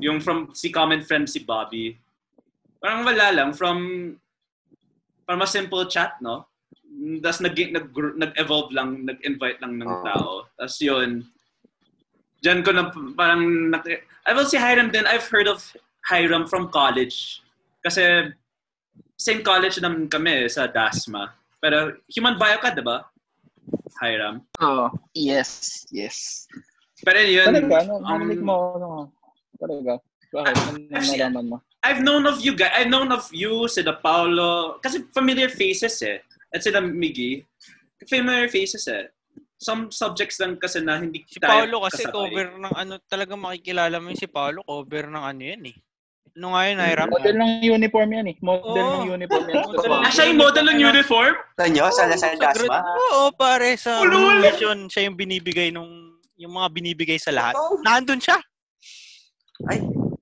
B: yung from si common friend si Bobby. Parang wala lang from parang mas simple chat, no? Tapos nag, nag, nag-evolve lang, nag-invite lang ng
D: Oo.
B: tao. Tapos yun, dyan ko na parang, nak- I will si Hiram din, I've heard of Hiram from college. Kasi same college naman kami sa DASMA. Pero human bio ka, di ba? Hiram.
E: Oh, yes, yes.
B: Pero yun,
E: Talaga, ano,
B: um,
E: narinig mo, ano, talaga. Bakit? Ano
B: Actually,
E: nalaman mo?
B: I've known of you guys. I've known of you, Sida Paolo. Kasi familiar faces eh. At Sida Miggy. Familiar faces eh. Some subjects lang kasi na hindi
C: Si
B: tayo
C: Paolo kasi
B: kasabay.
C: cover ng ano, talagang makikilala mo yun si Paolo, cover ng ano yan eh. Ano nga yun, Hiram?
E: Model ng uniform yan eh. Model
C: Oo.
E: ng uniform yan.
C: Model
B: Ah, siya yung model
C: Ano?
B: ng uniform?
D: Saan nyo? Saan na
C: Sa grad,
D: Dasma?
C: oo, pare, sa
B: Ulo, ulo.
C: mission, siya yung binibigay nung, yung mga binibigay sa lahat.
D: Oh.
C: Nandun siya.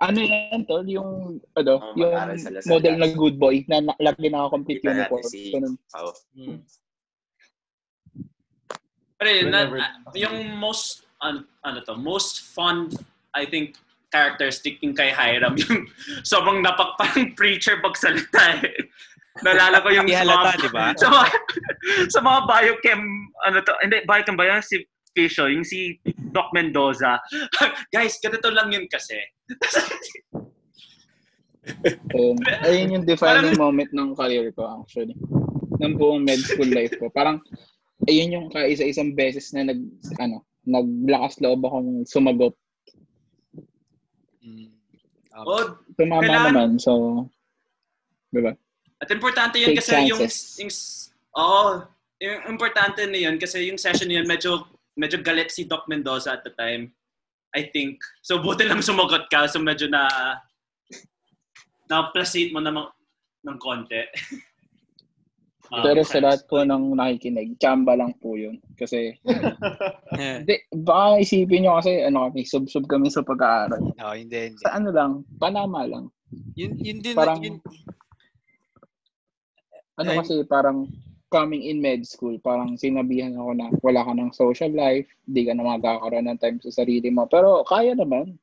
E: Ano yan, Tol? Yung, ano,
D: Oh,
E: yung
D: mag-aral sa Lazada.
E: model na good boy na na- lagi naka-complete
D: Kita natin
E: uniform.
D: si
E: Ganun.
D: Pao.
C: Hmm.
B: Pero yun, na,
G: Whenever-
B: ah, yung most, an, ano to, most fun, I think, characteristic yung kay Hiram. Yung sobrang napak, parang preacher pagsalita eh. Nalala ko yung
C: Di
B: sa
C: halata,
B: mga-
C: di ba?
B: sa mga, sa mga biochem, ano to, hindi, biochem ba yun? Si Fisho, yung si Doc Mendoza. Guys, ganito lang yun kasi.
E: Ayun. Ayun yung defining
B: Parang-
E: moment ng career ko actually. Ng buong med school life ko. Parang ayun yung kaisa-isang beses na nag ano, naglakas loob akong sumagot.
C: Hmm.
B: Oh,
E: Tumama
B: Kailangan-
E: naman. So, di ba?
B: At importante yun
E: Take
B: kasi yung,
E: chances.
B: yung, oo, yung importante na yun kasi yung session na yun medyo, medyo galit si Doc Mendoza at the time. I think. So, buti lang sumagot ka. So, medyo na, na-placate mo naman ng konti. Ah,
E: Pero sa
B: thanks.
E: lahat po ng nakikinig, chamba lang po yun. Kasi,
C: Eh,
E: di, baka isipin nyo kasi, ano kami, sub-sub kami sa pag-aaral.
C: Oo, Oh, hindi, hindi.
E: Sa ano lang, Panama lang.
C: Yun, yun din,
E: Parang-
C: yun,
E: ano
C: Ay-
E: kasi parang coming in med school, parang sinabihan ako na wala ka ng social life, di ka na magkakaroon ng time sa sarili mo. Pero kaya naman,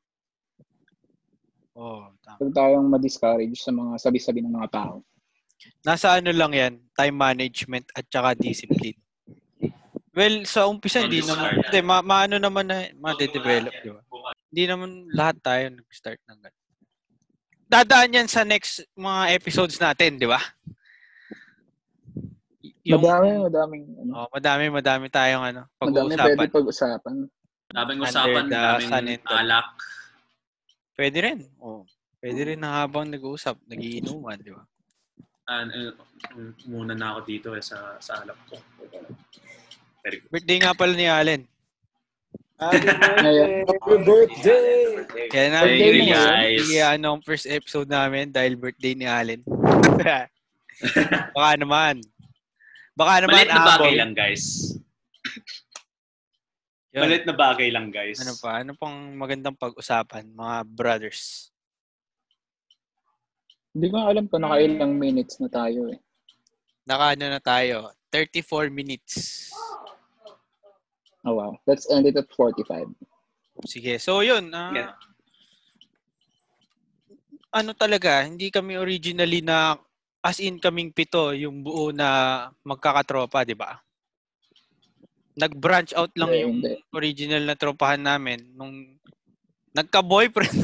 C: oh, tama.
E: huwag tayong ma-discourage sa mga sabi-sabi ng mga tao.
C: Nasa ano lang yan, time management at saka discipline. Well, sa umpisa, hindi
B: Always
C: naman,
B: hard.
C: hindi, ma, maano naman na, ma-develop, di ba? Hindi naman lahat tayo nag-start ng ganun. Dadaan yan sa next mga episodes natin, di ba? Y- Yung,
E: Madami, madaming, ano,
C: oh, madami, madami tayong ano,
E: madami
C: pag-uusapan.
E: pwede
C: Pwede,
E: pag-usapan.
B: Daming
C: Under
B: usapan,
C: the sun
B: daming
C: and the-
B: alak.
C: rin. Oh, pwede rin na habang nag-uusap, nagiinuman, di ba?
B: Ah, eh, um, muna na ako dito eh, sa, sa alak ko.
C: Birthday nga pala ni Allen.
F: Happy
E: Ngayon,
I: Happy
F: birthday!
I: birthday!
C: Kaya namin
E: Birthday
C: release
E: mo,
B: guys.
C: ano ang first episode namin dahil birthday ni Allen. Baka naman. Baka naman
B: Malit na bagay
C: abol.
B: lang, guys.
C: Yun.
B: Malit na bagay lang, guys.
C: Ano pa? Ano pang magandang pag-usapan, mga brothers?
E: hindi ko alam kung nakailang minutes na tayo eh.
C: Nakaano na tayo? 34 minutes.
E: Oh wow, let's end it at 45.
C: Sige. So, yun. ah,
B: Yeah.
C: Ano talaga, hindi kami originally na as in kaming pito yung buo na magkakatropa, di ba? Nag-branch out lang
E: Hindi,
C: yung
E: hindi.
C: original na tropahan namin nung nagka-boyfriend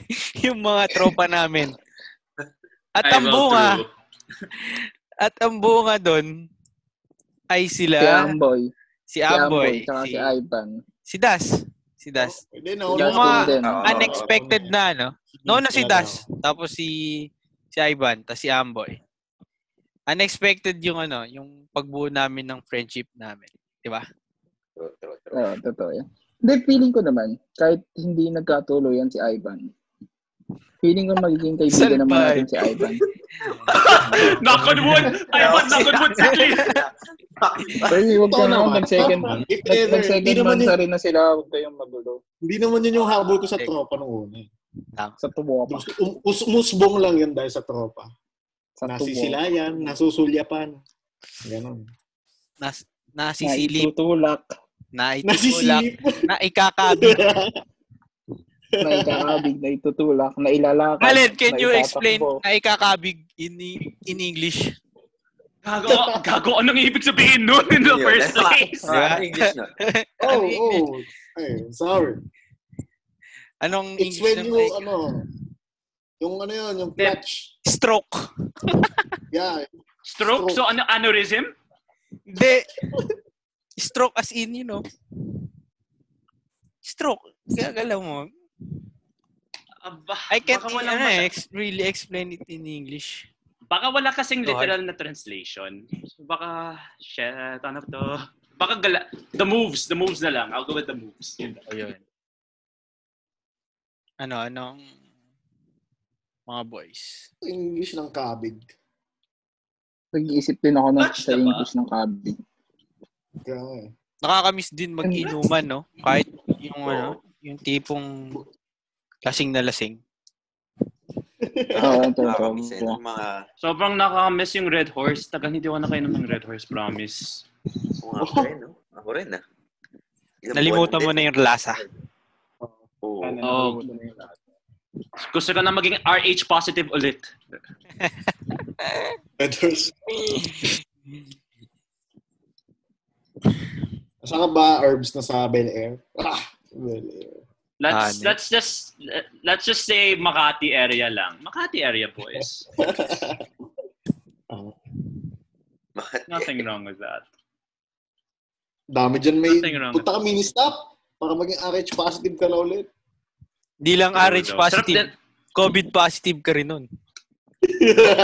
C: yung mga tropa namin. At
B: I
C: ang
B: will
C: bunga,
B: through.
C: at ang bunga doon ay
E: Si
C: sila,
E: Amboy,
C: si
E: si Amboy,
C: Amboy,
E: tsaka si
C: si,
E: Ivan.
C: si Das. Si Das.
H: Hindi, na
E: Justin
C: Mga-
E: din.
D: Oo.
C: Ah, unexpected
H: Oo.
C: na, no? Noon na si Das, tapos si si Ivan, tapos si Amboy. Unexpected yung ano, yung pagbuo namin ng friendship namin.
D: True, true, true.
E: Oo, totoo yan. Hindi, feeling ko naman, kahit hindi nagkatuloy yan si Ivan, feeling ko magiging kaibigan naman
C: Salbay.
E: natin si Ivan.
B: knock on wood! I want knock on wood sa clean!
E: Pero huwag ka
H: Totoo
E: naman,
H: naman.
E: nag-second,
H: If
E: nag-
H: ever, hindi
E: nag-second
H: naman,
E: bansa
H: yun,
E: rin na sila, huwag kayong magulo.
H: hindi naman yun yung habol ko sa tropa nung una.
E: Sa tubo pa.
H: Us, um- us- umusbong lang yun dahil sa tropa.
E: Sa tubo.
H: Nasisilayan, nasusulyapan. Ganon.
C: Nas, nasisilip,
E: Naitutulak,
C: naitutulak,
H: Nasisilip.
C: naikakabit.
H: Oh,
E: naikakabig, naitutulak, nailalakad,
C: Allen, can you explain
E: naitatakbo.
C: naikakabig in, in English?
B: Gago, gago, anong ibig sabihin nun in the
D: Yun,
B: first
D: that's-
B: place?
D: Ah, ano English nun?
H: oh,
C: Ano
H: oh.
C: English?
H: Ay, sorry.
C: Anong
H: It's
C: English
H: when
C: ng
H: you,
C: naik-
H: ano, yung ano yun, yung
B: Step.
H: clutch.
C: Stroke.
H: Yeah.
B: Stroke?
H: Stroke.
B: So ano, aneurysm?
C: Hindi. Stroke as in, you know. Stroke. Gagalaw mo.
B: Aba,
C: I can't
B: baka
C: i-
B: walang
C: ano,
B: masa-
C: eh, ex- really explain it in English.
B: Baka wala kasing
C: Go
B: literal na translation. So baka, shit, ano to? Baka gala- the moves, the moves na lang. I'll go with the moves. Yun lang.
C: O yun. Ano, anong mga boys?
H: English ng kabig.
E: Nag-iisip din ako ng,
B: Touch
E: sa
B: na ba?
E: English ng kabig.
H: Kaya nga eh.
C: Nakakamiss din mag-inuman, no? Kahit yung ano, yung tipong lasing na lasing.
E: Oo, oh, totoo.
D: Nakakamiss eh, ng mga...
B: Sobrang nakakamiss yung Red Horse. Tagal hindi ko na kainom ng Red Horse, promise.
D: Kung ako rin, no? Ako rin, ah. Ilang
C: Nalimutan
D: buwan
C: mo na yung lasa.
D: din. Oo.
G: Sana
B: Oh.
G: nakalimutan na yung lahat.
B: Gusto ko na maging RH positive ulit.
H: Letters. Saan ka ba, Herbs, na sa Bel Air? Ah, Bel Air.
B: Let's
C: Honest.
B: let's just let's just say Makati area lang. Makati area boys.
D: Bakit?
B: Nothing wrong with that.
H: Dami dyan may...
B: Nothing wrong.
H: Punta ka mini-stop para maging RH positive ka na ulit.
C: Di lang RH
B: Sarap din.
C: positive. COVID positive ka rin nun.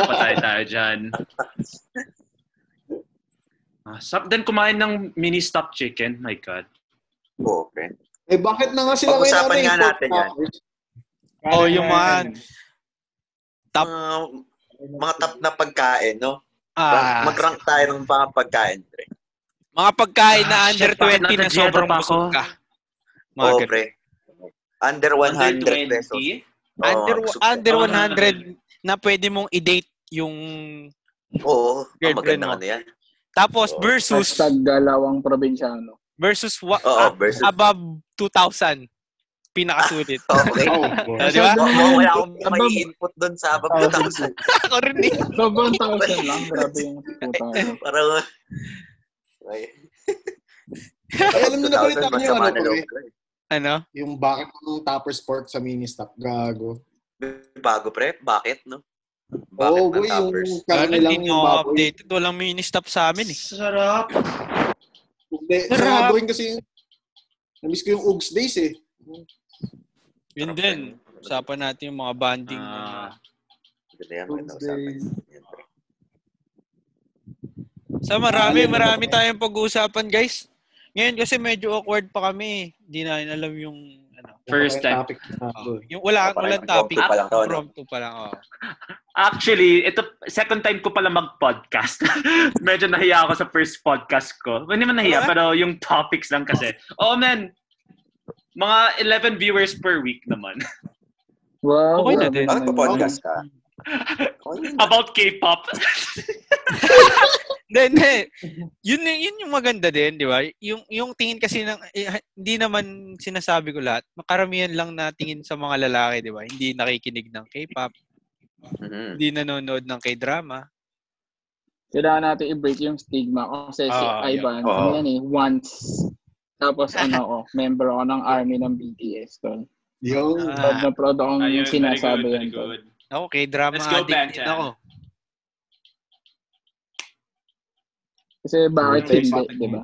B: Patay tayo dyan. Ah, sarap din kumain ng mini stop chicken. My God.
D: Oo, oh, okay.
H: eh, bakit na nga sila
D: Pag-usapan nga
H: yung
D: natin yan.
H: four hours?
C: Oh, yung mga- Tap.
D: Mga, mga tap na pagkain, no?
C: Ah,
D: Mag-rank tayo ng mga pagkain, pre.
C: mga pagkain na
B: Ah,
C: under
B: shit, bakit
C: 20 na
B: nasa dieta
C: sobrang
B: pa ako?
C: busog ka. Mga
D: Oo,
C: ganun.
D: Oh, pre. Under 100 pesos. Oh,
B: 120?
D: Oo,
C: Under,
D: mga busog.
C: under
B: Oo, ano,
C: 100 na pwede mong i-date yung...
D: Oo, ang
C: Girlfriend mo.
D: maganda ano yan.
C: Tapos
D: Oo.
C: versus...
E: Hashtag galawang probinsyano.
C: Versus wa-
D: Oo,
C: ah,
D: versus.
C: above 2,000. Pinakasulit.
D: Okay.
H: Oh,
C: Ah, di ba?
D: Oo, oo, wala akong may
E: Above-
D: input doon sa above
E: Above
D: 2,000.
C: Ako rin eh.
E: Sobrang thousand lang. Grabe yung puta.
D: Parang, ay,
H: Ay, alam niyo na balita
D: 2,000,
H: niyo yung ano,
D: masama na
H: pre?
D: loob ko eh.
C: Ano?
H: Yung bakit ng topper sport sa mini-stop. Gago.
D: Bago, pre. Bakit, no? Bakit ng
H: Oo, Oh, boy, yung
D: toppers?
C: Ano,
H: kanilang
C: hindi
H: yung
C: nyo
H: baboy.
C: updated. Walang mini-stop sa amin eh.
B: Sarap.
H: Hindi,
C: Sarap.
H: sarado rin kasi yung... Namiss ko yung Uggs days eh.
C: Yun din. Usapan natin yung mga banding.
B: Ah.
D: Ganda yan, maganda usapan. Yan, pre.
C: Sa marami, marami tayong pag-uusapan guys. Ngayon kasi medyo awkward pa kami. eh. Hindi na alam yung ano.
B: First time.
H: Topic na
F: Ah,
C: Oh, yung wala,
D: Parang
C: walang
D: impromptu
C: topic.
D: pa lang to, ano?
C: Impromptu pa lang. Oh.
B: Actually, ito, second time ko pala mag-podcast. Medyo nahiya ako sa first podcast ko. Hindi man nahiya,
C: Talaga?
B: pero yung topics lang kasi. Oh, man. Mga 11 viewers per week naman.
E: Wow,
C: Okay na
E: grabe
C: din.
E: naman
D: Bakit
E: yun.
D: Ano podcast ka? Oh,
B: About K-pop.
C: Hindi, hindi. Yun, yung- yun yung maganda din, di ba? Yung, yung tingin kasi, ng, eh, hindi naman sinasabi ko lahat. Makaramihan lang na tingin sa mga lalaki, di ba? Hindi nakikinig ng K-pop,
D: Mhm.
C: hindi nanonood ng K-drama.
E: Kailangan natin i-break yung stigma. Oh, Kasi si
C: Ah, yeah.
E: Ivan,
D: Oo.
E: ano yan eh, once. Tapos ano ko, member ako ng army ng BTS. Tol.
H: Yung...
E: Proud
C: Ah,
E: na proud akong
B: Ayun,
E: sinasabi
B: very good, very
E: yan. Tol.
B: good.
C: ako, K-drama
B: Let's go,
C: addict din
B: Bangtan.
C: ako.
E: Kasi bakit
H: Yung
E: hindi, diba?
H: topic
E: di ba?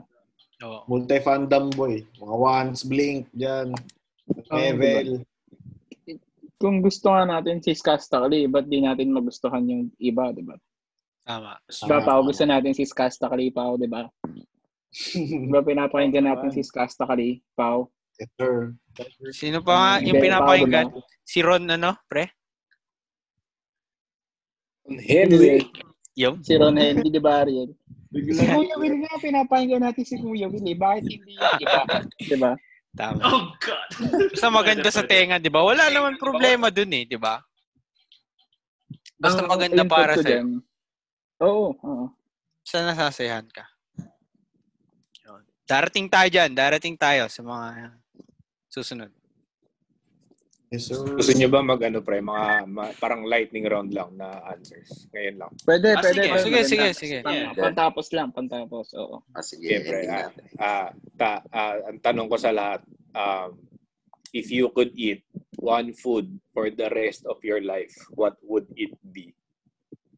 C: Oo.
H: Multi-fandom boy. Mga once, blink, dyan. Level.
E: diba? Kung gusto nga natin si Skastakli, ba't di natin magustuhan yung iba, di ba?
C: Tama.
E: Diba,
H: Ah, Tama.
E: Pao, gusto natin si Skastakli, Pao, di ba? Diba pinapakinggan natin si Skastakli, Pao?
H: Yes, sir.
C: Sino pa nga Mm, yung
E: Hindi, Pao, diba? di ba?
C: pinapakinggan? Si Ron, ano, pre?
I: Henry.
C: Yung?
E: Si Ron Henry, di ba, Ariel? Si
G: Biglang-
E: Kuya Will nga, pinapakinggan natin si Kuya Will eh. Bakit hindi yung iba? Di ba?
C: Tama.
B: Oh, God.
C: Basta maganda sa tenga, di ba? Wala naman problema dun eh, di ba? Basta
E: Ang
C: maganda
E: input
C: para
E: ko
C: sa'yo.
E: dyan. Oo, oo.
C: sa nasasayahan ka. Yun. Darating tayo dyan. Darating tayo sa mga susunod.
H: Yes, sir.
F: Gusto nyo ba mag ano pre, mga ma- parang lightning round lang na answers? Ngayon lang.
E: Pwede,
B: Ah,
E: pwede.
B: sige.
E: pwede,
C: Sige,
E: maganda.
C: sige, sige.
E: Pang-
B: Yeah.
E: Pantapos lang, pantapos. Oo.
D: Ah, sige,
F: Yeah, pre.
D: ending
F: Ah,
D: natin.
F: ah, ta, ah, ang tanong ko sa lahat, um, if you could eat one food for the rest of your life, what would it be?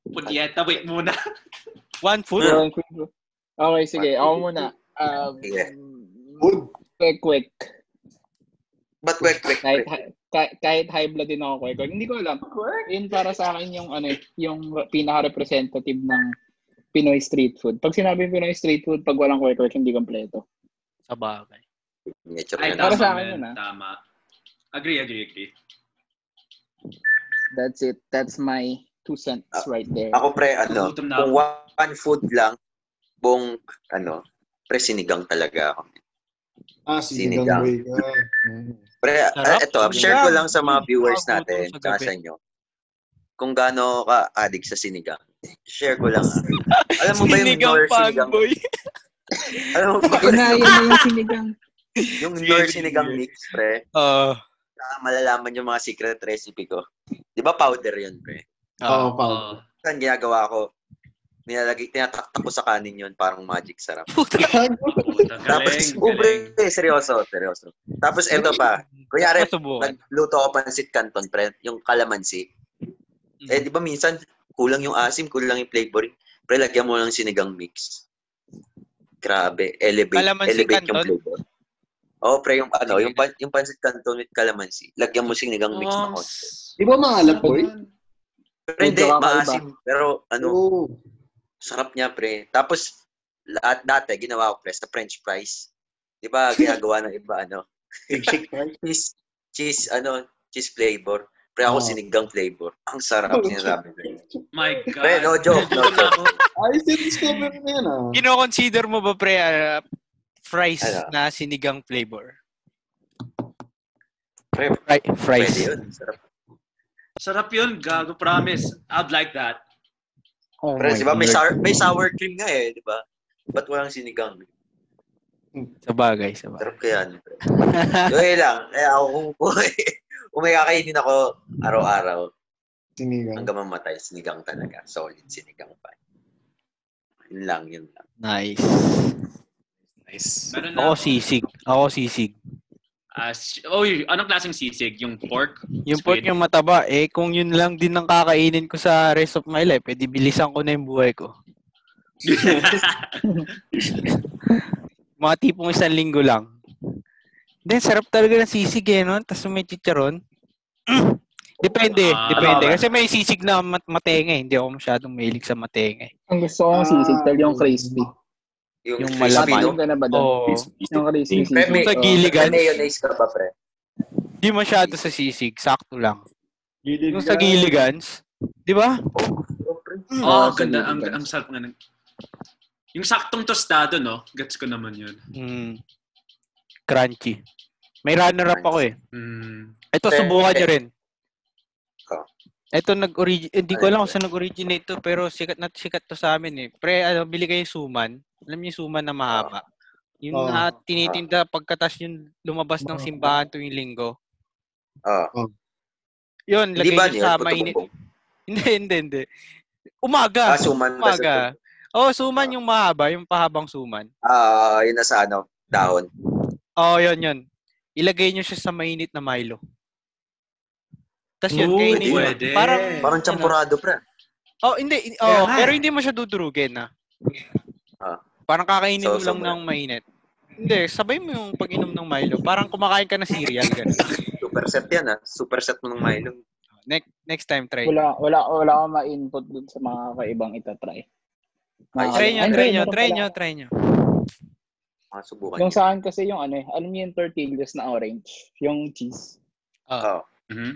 B: Punyeta, wait muna.
C: One food.
E: Meron quick. Okay, sige.
D: What
E: Ako
D: would
E: muna. Um,
D: Sige.
H: Good.
E: Quick, quick.
D: But quick, quick,
E: Kahit,
D: quick.
E: kahit, kahit high blood din ako, Kwekon. Hindi ko alam. Yun para sa akin yung, ano, eh, yung pinaka-representative ng Pinoy street food. Pag sinabing Pinoy street food, pag walang Kwekon, hindi kompleto.
C: Sa bagay.
D: Nature
B: Ay,
D: na
E: Para
B: tama,
D: lang.
E: sa akin
B: man.
E: yun, ah.
B: Tama. Agree, agree, agree.
E: That's it. That's my two cents
H: Ah,
E: right there.
D: Ako pre, ano,
B: Gutom na
D: kung
B: ako.
D: one food lang, buong, ano, pre, sinigang talaga ako.
H: Ah, sinigang
D: Sinigang.
H: boy ka. Mm.
D: Pre,
C: Sarap.
D: ah, eto, share ko lang sa mga
C: Sinigang.
D: viewers
C: Sinigang.
D: natin,
C: Gutom sa
D: tsaka
C: gabi.
D: sa inyo, kung gaano ka addict sa sinigang. Share ko lang. ah. Alam mo ba yung
C: Sinigang
D: Nor sinigang?
C: fanboy.
D: Alam mo ba
E: Yun na, yun na yung sinigang.
D: yung
C: Sige,
D: Nor
C: sige.
D: sinigang mix, pre?
C: Oo.
D: Ah, malalaman yung mga secret recipe ko. Di ba powder yun, pre?
H: Oo,
C: Oo.
H: pal.
B: Oo.
D: Saan ginagawa ko? Nilalagay, tinataktak ko sa kanin yun, parang magic sarap.
B: Puta,
D: Tapos,
B: galing, galing.
D: ubre, seryoso, seryoso. Tapos, eto pa. Kunyari,
C: Masubukan.
D: nagluto ako pansit canton, pre, yung calamansi. Eh, di ba minsan, kulang yung asim, kulang yung flavoring. Pre, lagyan mo ng sinigang mix. Grabe, elevate,
C: Calamansi
D: elevate yung
C: canton?
D: flavor. Oo, pre, yung ano,
B: Sige.
D: yung, pan, yung pansit canton with calamansi. Lagyan mo sinigang mix na
B: Um,
D: konti.
H: Di ba eh? maalat, boy?
D: Pre, hindi,
E: medyo kakaiba.
D: maasim. Pero, ano,
H: Oo.
D: sarap niya, pre. Tapos, lahat dati, ginawa ko, pre, sa french fries. Di ba, ginagawa ng iba, ano,
H: Shake fries.
D: cheese, cheese, ano, cheese flavor. Pre, ako
H: Oo.
D: sinigang flavor. Ang sarap, sinasabi. ko.
B: my God.
D: Pre, no joke, no
B: Gutom na
D: joke.
B: ako.
H: Ayos yung discover na yan, ah.
C: Kino-consider mo ba pre ah, fries
D: Ano?
C: na sinigang flavor?
D: Pre,
C: Fri- fries.
D: pwede yun. Sarap.
B: Sarap yun, gago, promise. I'd like that.
C: Oh
D: Pero
C: my
D: di ba may
C: Lord.
D: sour, may sour cream nga eh, di ba? Ba't walang sinigang?
C: Sa bagay, sa bagay.
D: Sarap kaya ano. pre. Yun lang. Eh ako kung eh, kung may kakainin ako araw-araw
H: Sinigang.
D: hanggang mamatay, sinigang talaga. Solid sinigang pa. Yun lang, yun lang.
C: nice.
F: Nice.
B: Meron na
C: Ako
B: ako.
C: sisig. Ako sisig.
B: Ah, si- Uy, anong klaseng sisig? Yung pork?
C: Yung pork
B: Squid?
C: yung mataba, eh kung yun lang din ang kakainin ko sa rest of my life, eh di bilisan ko na yung buhay ko. Mga tipong isang linggo lang. Then, sarap talaga ng sisig eh, no? Tapos may chicharon. depende,
B: Ah.
C: depende.
D: Ano ka ba?
C: Kasi may sisig na mat- matenga eh. Hindi ako masyadong mahilig sa matenga eh.
E: Ang gusto kong sisig, tal
H: Ah.
E: yung crispy.
D: Yung,
C: Yung
D: crispy,
C: malaman.
E: Matikim
D: no?
E: ka na ba doon?
C: Oo.
E: Yung crispy
D: Pre,
E: sisig.
D: may,
C: Yung sa gilid.
E: oh.
D: pre,
C: Giligan.
D: mayonnaise ka ba,
B: Ah,
D: pre?
C: Di masyado sa sisig. Sakto lang.
G: Gilid
C: Yung sa
G: ka.
C: giligans, di ba?
D: Oh, pre.
B: Oh,
E: Ah, sa
B: ganda.
E: gilid
B: Ang,
E: lang.
B: ang sarap nga. ng- Yung saktong tostado, no? Gets ko naman yun.
C: Mm. Crunchy. May runner-up ako eh.
B: Mm.
C: Ito,
D: Pre,
C: subukan
D: eh.
C: nyo rin.
D: Oh.
C: Ito, nag-origin... Hindi ko
D: Ano
C: alam
D: yun,
C: kung saan nag-originate to, pero sikat na sikat to sa amin eh. Pre, ano, bili kayo yung suman. Alam niyo yung suman na mahaba. Yung
H: Oh.
C: na tinitinda pagkatas yung lumabas ng
H: Oh.
C: simbahan tuwing linggo.
D: Oh.
C: Yun,
D: Hindi ba
C: lagay nyo
D: ano yun?
C: sa
D: Puto
C: mainit.
D: bumbong?
C: Hindi, hindi, hindi. Umaga.
D: Ah, suman ba sa
C: Umaga. Oo, oh, suman yung mahaba, yung pahabang suman.
D: Ah, yun na sa ano? Dahon.
C: Oo, oh, yun, yun. Ilagay nyo siya sa mainit na Milo. Tapos yun,
B: Ooh,
C: kainin nyo.
B: pwede.
C: Parang,
D: Parang
C: ano,
D: champurado, pre.
C: Oh, hindi. i-
B: Kaya
C: Oh,
B: nga
C: pero
B: eh.
C: hindi mo siya dudurugin, ha?
D: Ah.
C: Parang kakainin mo
D: So, so
C: lang
D: mo
C: ng mainit. Hindi, sabay mo yung pag-inom ng Milo. Parang kumakain ka ng cereal, gano'n.
D: Superset yan, ah. Superset mo ng Milo.
C: Next, next time, try.
E: Wala, wala, wala akong ma-input dun sa mga kaibang itatry.
D: Ay,
C: Try nyo,
E: Nakakaloka. Ay,
C: try
E: hindi,
C: nyo,
E: meron
C: try
E: pala.
C: nyo, try nyo.
D: Ah, subukan
E: Yung
D: niyo.
E: sa akin kasi yung ano eh, alam niyo yung tortillas na orange, yung cheese.
D: Oh,
B: Mhm.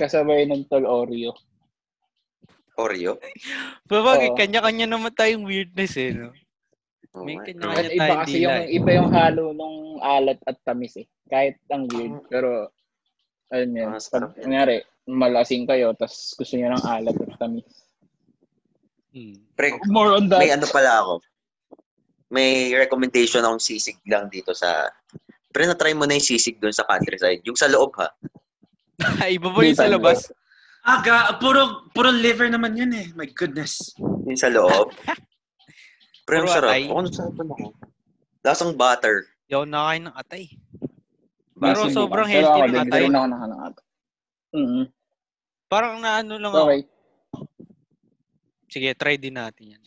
E: Kasabay ng tol Oreo.
D: Oreo.
C: Babagay,
E: Oo.
C: kanya-kanya naman tayong weirdness, eh, no?
D: Oo
C: May
D: nga.
C: kanya-kanya
E: At
C: tayong
E: iba kasi
C: dila,
E: yung
C: eh.
E: iba yung halo nung alat at tamis eh. Kahit ang weird, pero ayun yan.
D: Ah, Mm.
E: Pag,
D: sarap yan.
E: kunyari, malasing kayo, tapos gusto niyo ng alat at tamis.
C: Hmm.
D: Pre,
E: More on
D: may
E: that.
D: ano pala ako. May recommendation akong sisig lang dito sa... Pre, na-try mo na yung sisig doon sa countryside. Yung sa loob, ha?
C: Iba ba yung sa
E: Daytime
C: labas?
B: Aga, Ah, puro, puro liver naman yun eh. My goodness.
D: Yung sa loob. Pre, ang
C: Puro
D: sarap.
C: atay.
D: Ako, ano sarap na ako. Lasang butter.
C: Hindi ako nakakain ng atay. Pero
E: Mas subukan.
C: sobrang
E: Pero
C: healthy
E: ako
C: ng
E: din,
C: atay,
E: hindi rin
C: no?
E: ako nakanakat. Mm-hmm.
C: Parang naano lang ako.
E: Okay,
C: Sige, try din natin yan.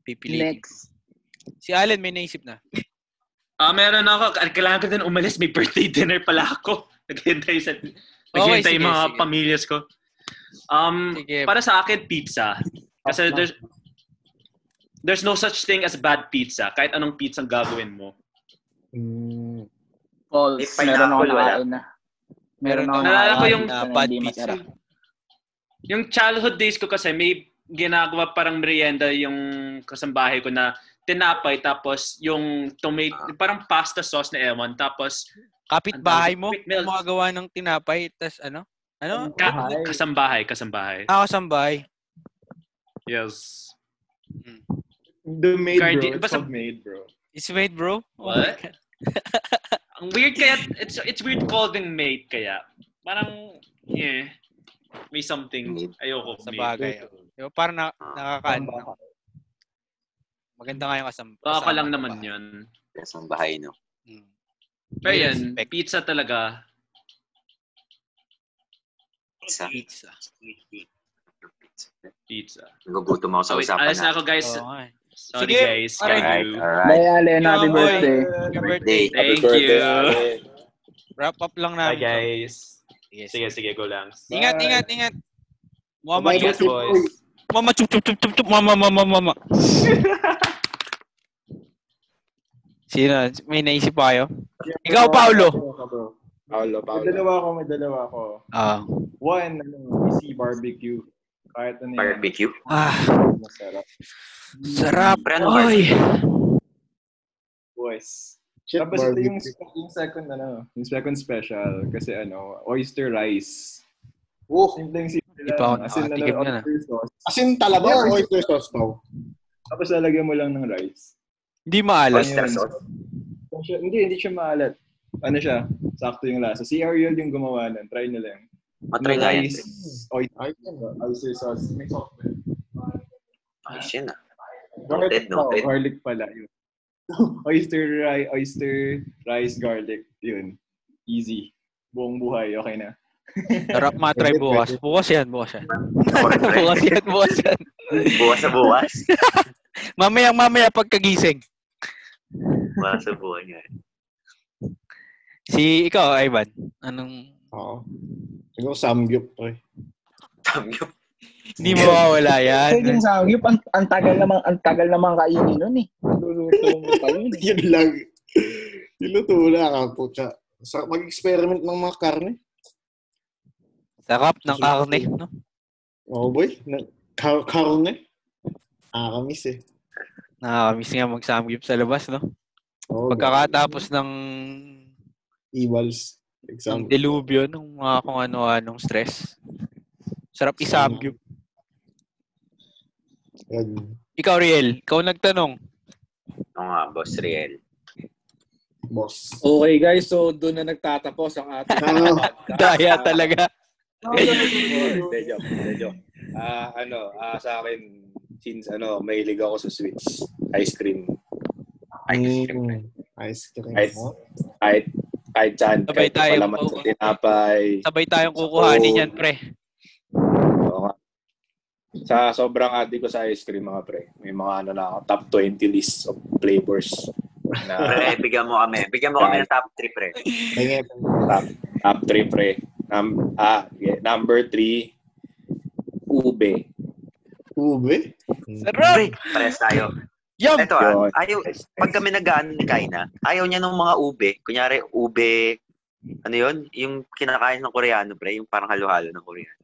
C: Pipilitin.
E: next.
C: Si Allen may naisip na.
B: Ah, meron ako. Kailangan ko din umalis. May birthday dinner pala ako. Naghintay sa... Naghintay
C: sige,
B: yung mga
C: sige.
B: pamilyas ko. Um,
C: Sige.
B: Para sa akin, pizza. Kasi there's, there's no such thing as bad pizza. Kahit anong pizza ang gagawin mo.
H: Mm,
E: Balls.
D: May
E: Meron ako
D: pineapple, wala.
E: nakain na. Meron ako
B: Naalala ko yung-
E: na
C: bad
E: hindi
C: pizza.
E: masarap.
B: Yung childhood days ko kasi, may ginagawa parang merienda yung kasambahay ko na tinapay tapos yung tomato, parang pasta sauce na ewan. Tapos Ang
C: Kapitbahay
B: tawag-
C: mo,
B: quick milk.
C: gumagawa ng tinapay, tas ano? Ano? ah,
B: ka- kasambahay, kasambahay.
C: Ako sambahay.
B: Yes.
G: The maid,
B: Guardi-
G: bro. It's
B: basta-
G: called maid, bro.
C: It's made, bro. Oh my
B: What?
C: God.
B: Ang weird kaya, it's it's weird calling mate kaya. Parang, eh, may something.
D: Mate.
B: Ayoko
C: Sa
B: mate.
C: bagay. oh. Di ba? Parang na, nakakaano. Maganda nga yung kasam- kasama.
B: Baka ko lang
C: ng
B: naman
C: bahay.
B: yun.
D: Kasang bahay, no?
C: Mm.
B: Pero
C: May
B: yun,
C: respect.
B: pizza talaga.
D: Pizza.
C: Pizza.
B: Pizza.
D: Nagugutom ako sa
B: Wait,
D: usapan
B: alis na
D: na.
B: ako guys.
C: Oo nga eh.
B: Sorry
C: Sige,
B: guys.
C: aray.
B: Thank
D: Alright,
B: you.
D: alright.
E: Bye, Allen. Happy
C: Yeah, boy.
E: birthday.
C: Happy
D: birthday.
C: birthday.
F: Happy
B: Thank
F: birthday,
B: you.
F: Allen.
C: Wrap up lang
B: Bye
C: namin. to.
B: guys.
C: Sige,
B: Sige, sige, go lang.
C: Ingat, ingat, ingat. Mama,
H: Bye-bye,
B: Yes,
C: ingat.
H: birthday boy.
B: boys.
C: Mama, chup, chup, chup, chup, chup. Mama, mama, mama. Sino? May naisip pa kayo? Ikaw, Paolo.
F: Paolo,
G: May
F: Paolo.
G: dalawa ako, may dalawa ako.
C: Ah.
G: One, ano, easy barbecue. Kahit ano yan.
D: Barbecue. ano
C: Ah,
G: Masarap.
C: sarap.
D: Brand
C: Oy.
G: Boys.
H: Shit,
G: Tapos ito yung,
H: barbecue.
G: yung second, ano, yung second special. Kasi ano, oyster rice.
H: Oh,
G: Simple yung simple
C: Hindi pa ako
G: lang. As in, ano,
C: nakatikim nun, ah.
G: oyster sauce.
H: asin talaga
G: Yeah,
H: o
G: oyster
H: oyster sauce pa?
G: Tapos lalagyan mo lang ng rice.
C: Hindi maalas.
D: Oyster
G: Ayun.
D: sauce.
G: So, siya- hindi, hindi siya maalat. Ano siya? Sakto yung lasa. Si Ariel yung gumawa nun. Try na lang.
D: Matry
G: Ano,
D: nga yan.
G: rice, oyster,
H: Ay, yan.
G: oyster sauce. May sauce pa.
D: Ayos yun ah.
G: Garlic
D: Noted, noted.
G: pa, garlic pala. Yun. oyster, rice, oyster, rice, garlic. Yun. Easy. Buong buhay. Okay na.
C: Sarap matry
H: Pwede,
C: bukas.
H: pwede.
C: Bukas yan, bukas yan.
D: Correct.
C: bukas yan, bukas yan.
D: Bukas sa bukas.
C: Mamaya, mamaya pagkagising.
D: Bukas sa bukas nga.
C: Si ikaw, Ivan. Anong...
H: Oo. Siguro samgyup pre.
D: Tamyup.
C: Hindi mawawala yan.
E: Pwede yung samgyup. Ang, ang tagal namang, ang tagal namang kainin nun eh. Luluto mo pa yun eh.
H: Yun lang. Niluto na ka po siya. Sa mag-experiment ng mga karne.
C: Sarap ng karne, no?
H: Oo, Oh, boy. Na, kar karne. Nakakamiss eh.
C: Nakakamiss nga mag-samgyup sa labas, no?
H: Oo,
C: Pagkakatapos ng
H: Iwals.
C: ng
H: Example.
C: delubyo, ng mga kung ano-anong stress. Sarap isamgyup.
H: Yan.
C: Ikaw, Riel. Ikaw nagtanong.
D: Oo nga, boss Riel.
H: Boss.
I: Okay guys, so doon na nagtatapos ang ating
H: Ano?
I: podcast.
C: Daya
I: Ah,
C: talaga.
F: Hindi, joke. Hindi, joke. Ah, ano, ah, sa akin, since ano, mahilig ako sa sweets. Ice cream.
D: Ice cream.
H: Ice cream.
F: Ice. Kahit, kahit saan,
C: Sabay
F: kahit
C: tayo,
F: palaman
C: Pao.
F: sa tinapay.
C: Sabay tayong kukuhanin
F: Oh.
C: yan, pre.
F: Oo nga. Sa sobrang adik ko sa ice cream, mga pre. May mga ano na ako, top 20 list of flavors na
D: Pre, bigyan mo kami. Bigyan mo kami ng top 3, pre.
H: Kaya
F: top, top 3, pre. Num- ah, yeah, number 3, ube.
H: ube.
D: Pre,
C: Sarap!
D: pares tayo.
C: Yum!
D: Ito ah,
F: Yun.
D: ayaw,
F: Nice,
D: pag
F: nice.
D: kami nagaan ni Kaina, ayaw niya ng mga ube. Kunyari, ube, ano yun? Yung kinakain ng Koreano, pre. Yung parang halo-halo ng Koreano.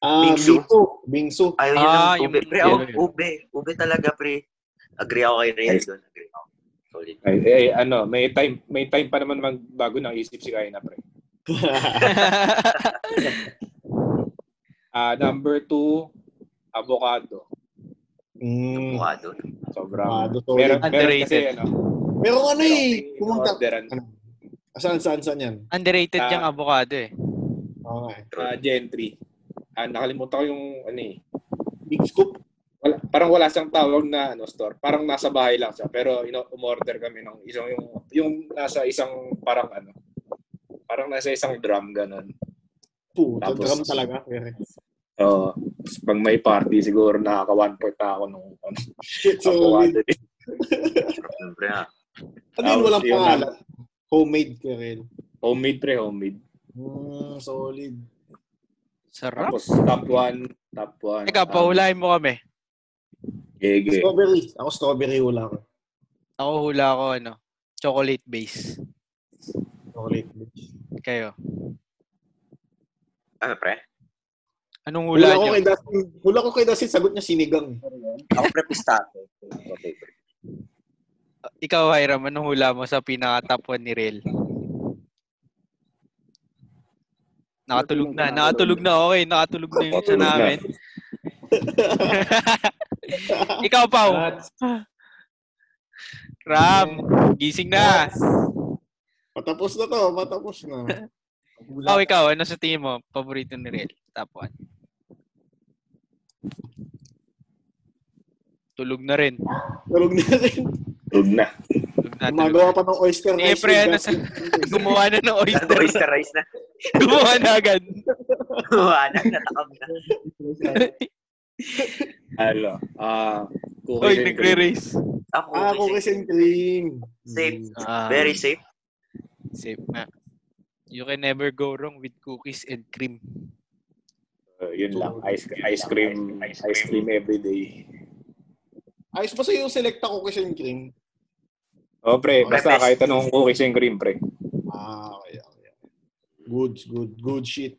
H: Ah,
D: Bingsu.
H: bingsu. Bingsu.
D: Ayaw niya
C: Ah,
D: ng
C: yung
D: ube. Pre, ako,
C: yellow, yellow.
D: ube. Ube talaga, pre. Agree ako kay Riel doon. Agree ako. Solid.
F: Ay, eh, ano, may time, may time pa naman mag, bago nang isip si Kaina, pre. Ah, number 2, avocado.
C: Hmm.
H: mm.
D: Mukha doon.
F: Sobrang,
H: Avocado, solid.
F: meron, meron kasi,
C: Underrated.
F: ano,
H: Merong ano eh.
F: merong
H: Pumunta.
F: in-orderan.
H: Ano? Saan, saan, saan yan?
C: Underrated
F: Ah.
C: yung avocado eh.
H: Oo nga eh.
F: Ah, Gentry. Ah, nakalimutan ko yung, ano eh,
H: Big scoop.
F: wala, parang wala siyang tawag na ano, store. Parang nasa bahay lang siya. Pero you know, umorder kami ng isang yung yung nasa isang parang ano. Parang nasa isang drum ganun.
H: Puta,
F: Tapos-
H: drum talaga. Pero-
F: Oo. Tapos pag may party siguro nakaka one point na ako nung ano,
H: Shit, solid.
F: avocado.
D: ah. Sarap nun, pre, ha?
H: Ano yun,
F: Tapos
H: walang
F: yun,
H: pangalan. Homemade ka rin.
F: Homemade pre, homemade.
H: Mm, solid.
C: Sarap.
F: Tapos top 1, top
H: Ah.
F: 1.
C: Teka, pahulain mo kami.
F: Gege.
H: Strawberry. Ako strawberry wala ko.
C: Ako hula ko, ano, chocolate base.
H: Chocolate.
C: Kayo.
D: Ano, pre?
C: Anong
H: Hula,
C: hula
H: ko
C: nyo?
H: kay Dustin. Hula ko kay Dustin. Sagot niya sinigang.
D: Ako, pre, pistache. Okay, pre.
C: Ikaw, Hiram, anong hula mo sa pinaka-top 1 ni Rel? Nakatulog na. Nakatulog na. Okay, nakatulog na yung isa
D: Nakatulog na.
C: namin. Ikaw, Pau.
F: Nuts.
C: Ram, gising na.
H: Matapos na to. Matapos na.
C: Pau, ikaw, ano sa tingin mo? Paborito ni Rel? Top 1. Tulog na rin.
H: Tulog na rin.
F: Tulog na.
C: Tulog na, tulog
H: Gumagawa
C: na.
H: pa ng oyster
C: Sige,
H: rice.
C: pre,
H: yung
C: ano
H: Dustin.
C: Gumawa na ng oyster.
D: Oyster rice na.
C: Gumawa na agad.
D: Wala, natakam na.
F: Ano? Ah,
C: Uy,
F: cookies and cream.
C: nagre-race.
D: Ako,
H: Ah, cookies and cream.
D: Safe.
H: Mm.
C: Ah,
D: Very safe.
C: Safe nga. You can never go wrong with cookies and cream.
F: Uh, yun lang. Ice, ice cream. Ice cream every day.
H: Ayos ba sa'yo yung selecta cookies and cream?
F: Oh, pre, basta
D: Pre,
F: kahit anong cookies and cream, pre.
H: Ah, okay, okay. Good, good, good shit.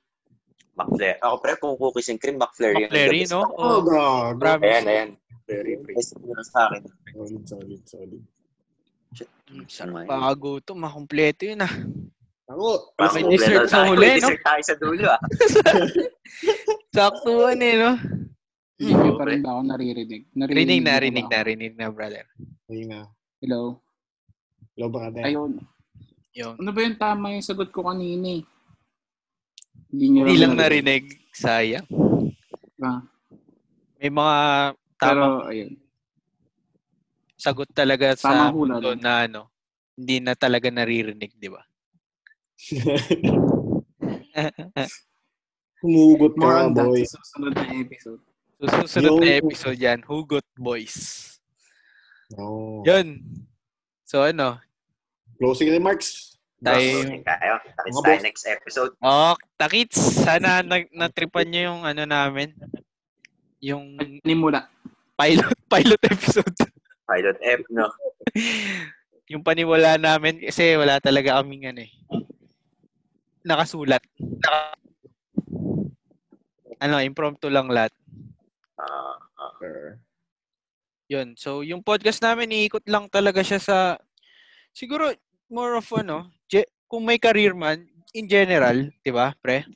D: McFlurry. Ako, pre, kung cookies and cream, McFlurry. yung
C: McFlurry,
D: the best.
C: no?
H: Oh,
C: Oh,
H: gago.
F: Ayan,
C: promise.
F: ayan. Very pre.
D: Best na sa akin.
H: Solid, solid, solid.
C: Mm, Sarap bago ito. Makumpleto yun ah.
H: Ako,
C: Baka
H: gusto ko-
C: May dessert sa huli, no?
D: Dessert tayo sa dulo, ah.
C: Saktuan eh, no?
E: Hindi pa rin ba ako naririnig? Naririnig
C: Rinig na,
E: ba
C: rinig
E: ako?
C: na, rinig na, brother.
H: Ayun na.
E: Hello?
H: Hello, brother.
E: Ayun.
C: Yung
E: Ano ba yung tama yung sagot ko kanina eh? Hindi nyo
C: hindi lang
E: narinig.
C: narinig. Sayang.
E: Ah,
C: May mga
E: pero,
C: tamang
E: ayun.
C: sagot talaga sa
E: Tamang hula
C: mundo
E: lang.
C: na ano, hindi na talaga naririnig, di ba?
H: Humugot ka,
E: More on that
H: boy.
E: sa susunod na episode.
C: So, susunod na
H: Yung-
C: episode yan, Hugot Boys.
H: No.
C: Yun. So ano,
H: Closing remarks.
C: tayo yung
D: Closing tayo. Takis
H: Mga
D: tayo
H: boss.
D: next episode.
C: Oh, takits. Sana na, natripan nyo yung ano namin. Yung
E: Animula.
C: pilot pilot episode.
D: Pilot F, no?
C: yung paniwala namin kasi wala talaga kaming ano eh. Nakasulat. Naka- ano, impromptu lang lahat.
D: Ah,
C: Yun. So, yung podcast namin, iikot lang talaga siya sa, siguro, more of ano, ge- kung may career man, in general, di ba, pre?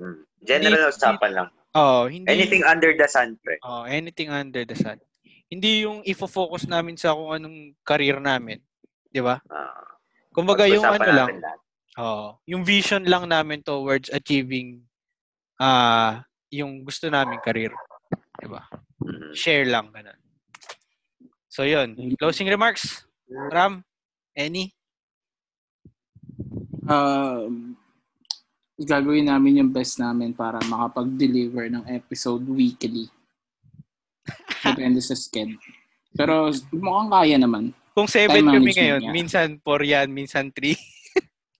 D: mm. General
C: Hindi-
D: usapan lang.
C: Oo, hindi.
D: Anything under the sun, pre.
C: Oh, anything under the sun. Hindi yung ifo-focus namin sa kung anong career namin, 'di ba?
D: Ah,
C: Kumbaga yung
D: pag-usapan
C: ano lang,
D: natin lahat.
C: oh, yung vision lang namin towards achieving ah yung gusto namin career, 'di ba?
D: Mm.
C: Share lang ganun. So 'yun, closing remarks. Ram, any?
E: um, gagawin namin yung best namin para makapag-deliver ng episode weekly. Depende sa sked. Pero mukhang kaya naman.
C: Kung 7
E: Time
C: kami
E: management
C: ngayon,
E: niya.
C: minsan 4 yan, minsan 3.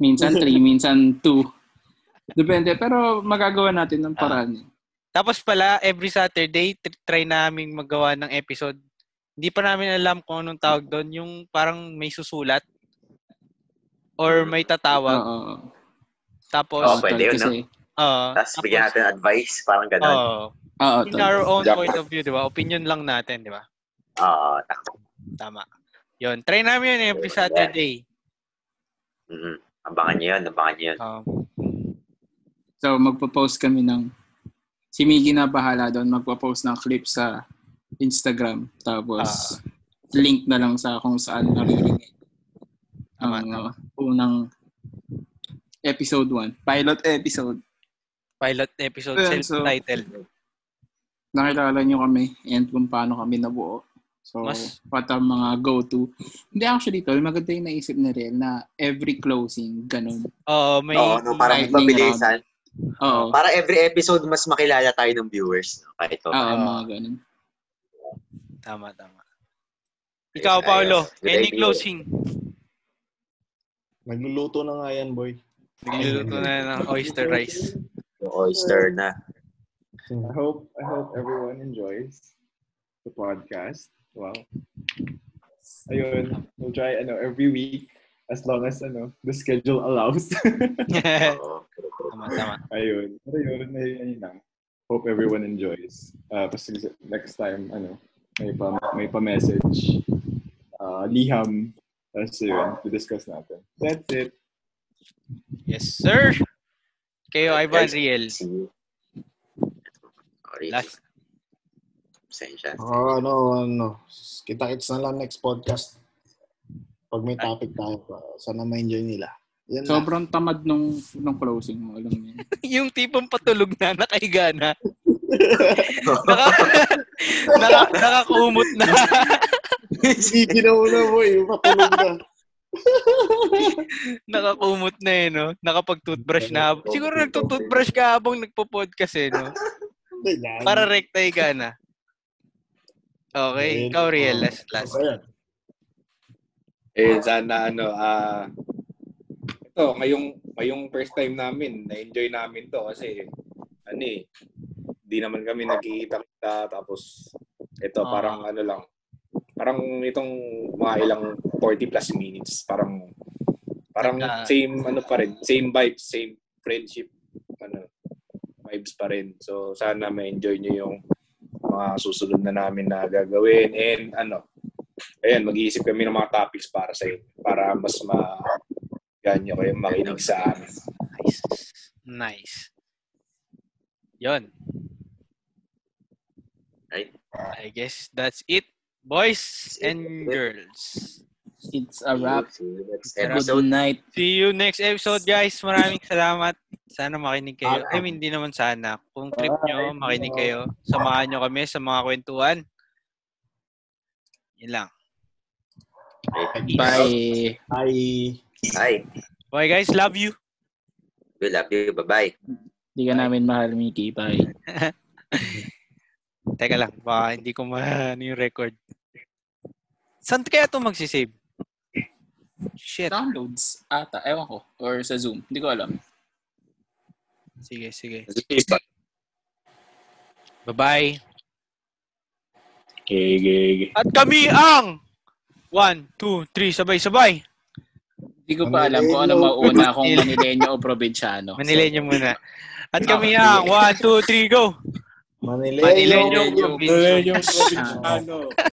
E: Minsan 3, minsan 2. Depende. Pero magagawa natin ng paraan. eh.
C: Tapos pala, every Saturday, tr- try namin magawa ng episode. Hindi pa namin alam kung anong tawag doon. Yung parang may susulat
D: Hmm.
C: or may tatawag.
E: Oo.
C: Tapos,
E: Oo,
D: Oh, pwede
E: tol,
D: yun, no?
E: Kasi,
C: uh,
D: Tapos bigyan natin advice, parang ganun.
E: oo,
C: in
E: tol.
C: our own
F: Jackpot.
C: point of view, di ba? Opinion lang natin, di ba?
D: Ah, takbo.
C: Tama. Yun. Try namin yun every Saturday.
D: Mm. Abangan nyo yun, abangan nyo yun.
C: Um,
E: So, magpo-post kami ng si Miggy na bahala doon magpo-post ng clip sa Instagram. Tapos, link na lang sa kung saan naririnig.
C: Tama,
E: ang uh, unang episode 1. Pilot episode.
C: pilot episode,
E: Ayun, so-
C: self-titled.
E: Nakilala nyo kami and kung paano kami nabuo. So,
C: Mas-
E: what ang mga go-to. Hindi actually, tol, maganda yung naisip ni Riel na every closing, ganun.
C: Oo, may...
D: Oo, no, parang
E: lightning
D: mabilisan.
E: Oo.
D: Para every episode, mas makilala tayo ng viewers. No? Kahit pa.
E: Oo, mga ganun.
C: Tama, tama. Ikaw, Paolo,
D: Ayos. Good
C: any
D: idea.
C: closing?
H: Nagluluto na nga yan, boy.
C: Nagluluto na ng oyster rice.
D: Yung oyster na.
G: I hope I hope everyone enjoys the podcast. Wow. Ayun, we'll try ano every week as long as ano the schedule allows.
D: Oo.
C: tama, tama.
G: Ayun. Pero yun, ayun, ayun lang. Hope everyone enjoys. Uh, kasi next time, ano, may pa, may pa message. Uh, liham. Tapos yun, i-discuss natin. That's it.
C: Yes, sir. Kayo, Ivan
D: Guys,
C: Riel.
D: See you. Sorry.
C: Last.
D: Pasensya.
H: Oh, ano, ano. Kita-kits na lang next podcast. Pag may topic tayo pa. Sana ma-enjoy nila. Yan na.
E: Sobrang tamad nung, nung closing mo. Alam mo yun.
C: yung tipong patulog na, nakahiga na. Naka, naka, nakakumot na.
H: Sige na muna, boy. Patulog na.
C: nakakumot na eh, no? Nakapag-toothbrush na. hab- Siguro nagtutoothbrush ka habang nagpo-podcast eh, no?
H: Hindi, yan.
C: Para rektay ka na. Okay, ikaw Riel, last, last.
H: Ayan.
F: Eh, sana ano, ah, ito, ngayong, ngayong first time namin, na-enjoy namin to kasi, ano eh, di naman kami nagkikita-kita, tapos, ito,
C: Ah.
F: parang ano lang, parang itong mga ilang 40 plus minutes, parang, parang
C: Nagka-
F: same, ano pa rin, same vibes, same friendship, ano, vibes pa rin. So, sana ma-enjoy nyo yung mga susunod na namin na gagawin. And, ano, ayan, mag-iisip kami ng mga topics para sa inyo. Para mas ma ganyo kayo makinig sa amin.
C: Nice. Nice. Yon.
D: Right.
C: I guess that's it, boys and girls.
E: It's a wrap.
D: See you next
E: Good
D: episode.
E: night.
C: See you next episode, guys. Maraming salamat. Sana makinig kayo. I mean, hindi naman sana. Kung trip nyo, makinig kayo. Samahan nyo kami sa mga kwentuhan. Yun lang.
E: Bye.
H: Bye.
D: Bye.
C: Bye, guys. Love you.
D: We love you. Bye-bye.
E: Hindi ka namin mahal, Mickey. Bye.
C: Teka lang. Baka hindi ko ma ano yung record. Saan kaya ito magsisave? Shit.
E: Downloads ata. Ewan ko. Or sa Zoom. Hindi ko alam.
C: Sige, sige.
F: Zipa.
C: Bye-bye.
F: Okay, okay, okay.
C: At kami ang 1, 2, 3, sabay-sabay.
E: Hindi ko pa alam kung ano mauuna kung Manileño o Provinciano.
C: Manilenyo muna. At kami
E: Okay.
C: ang 1, 2, 3, go!
H: Manileño.
C: Manileño
E: Manileño.
C: Provincial.
E: Ah.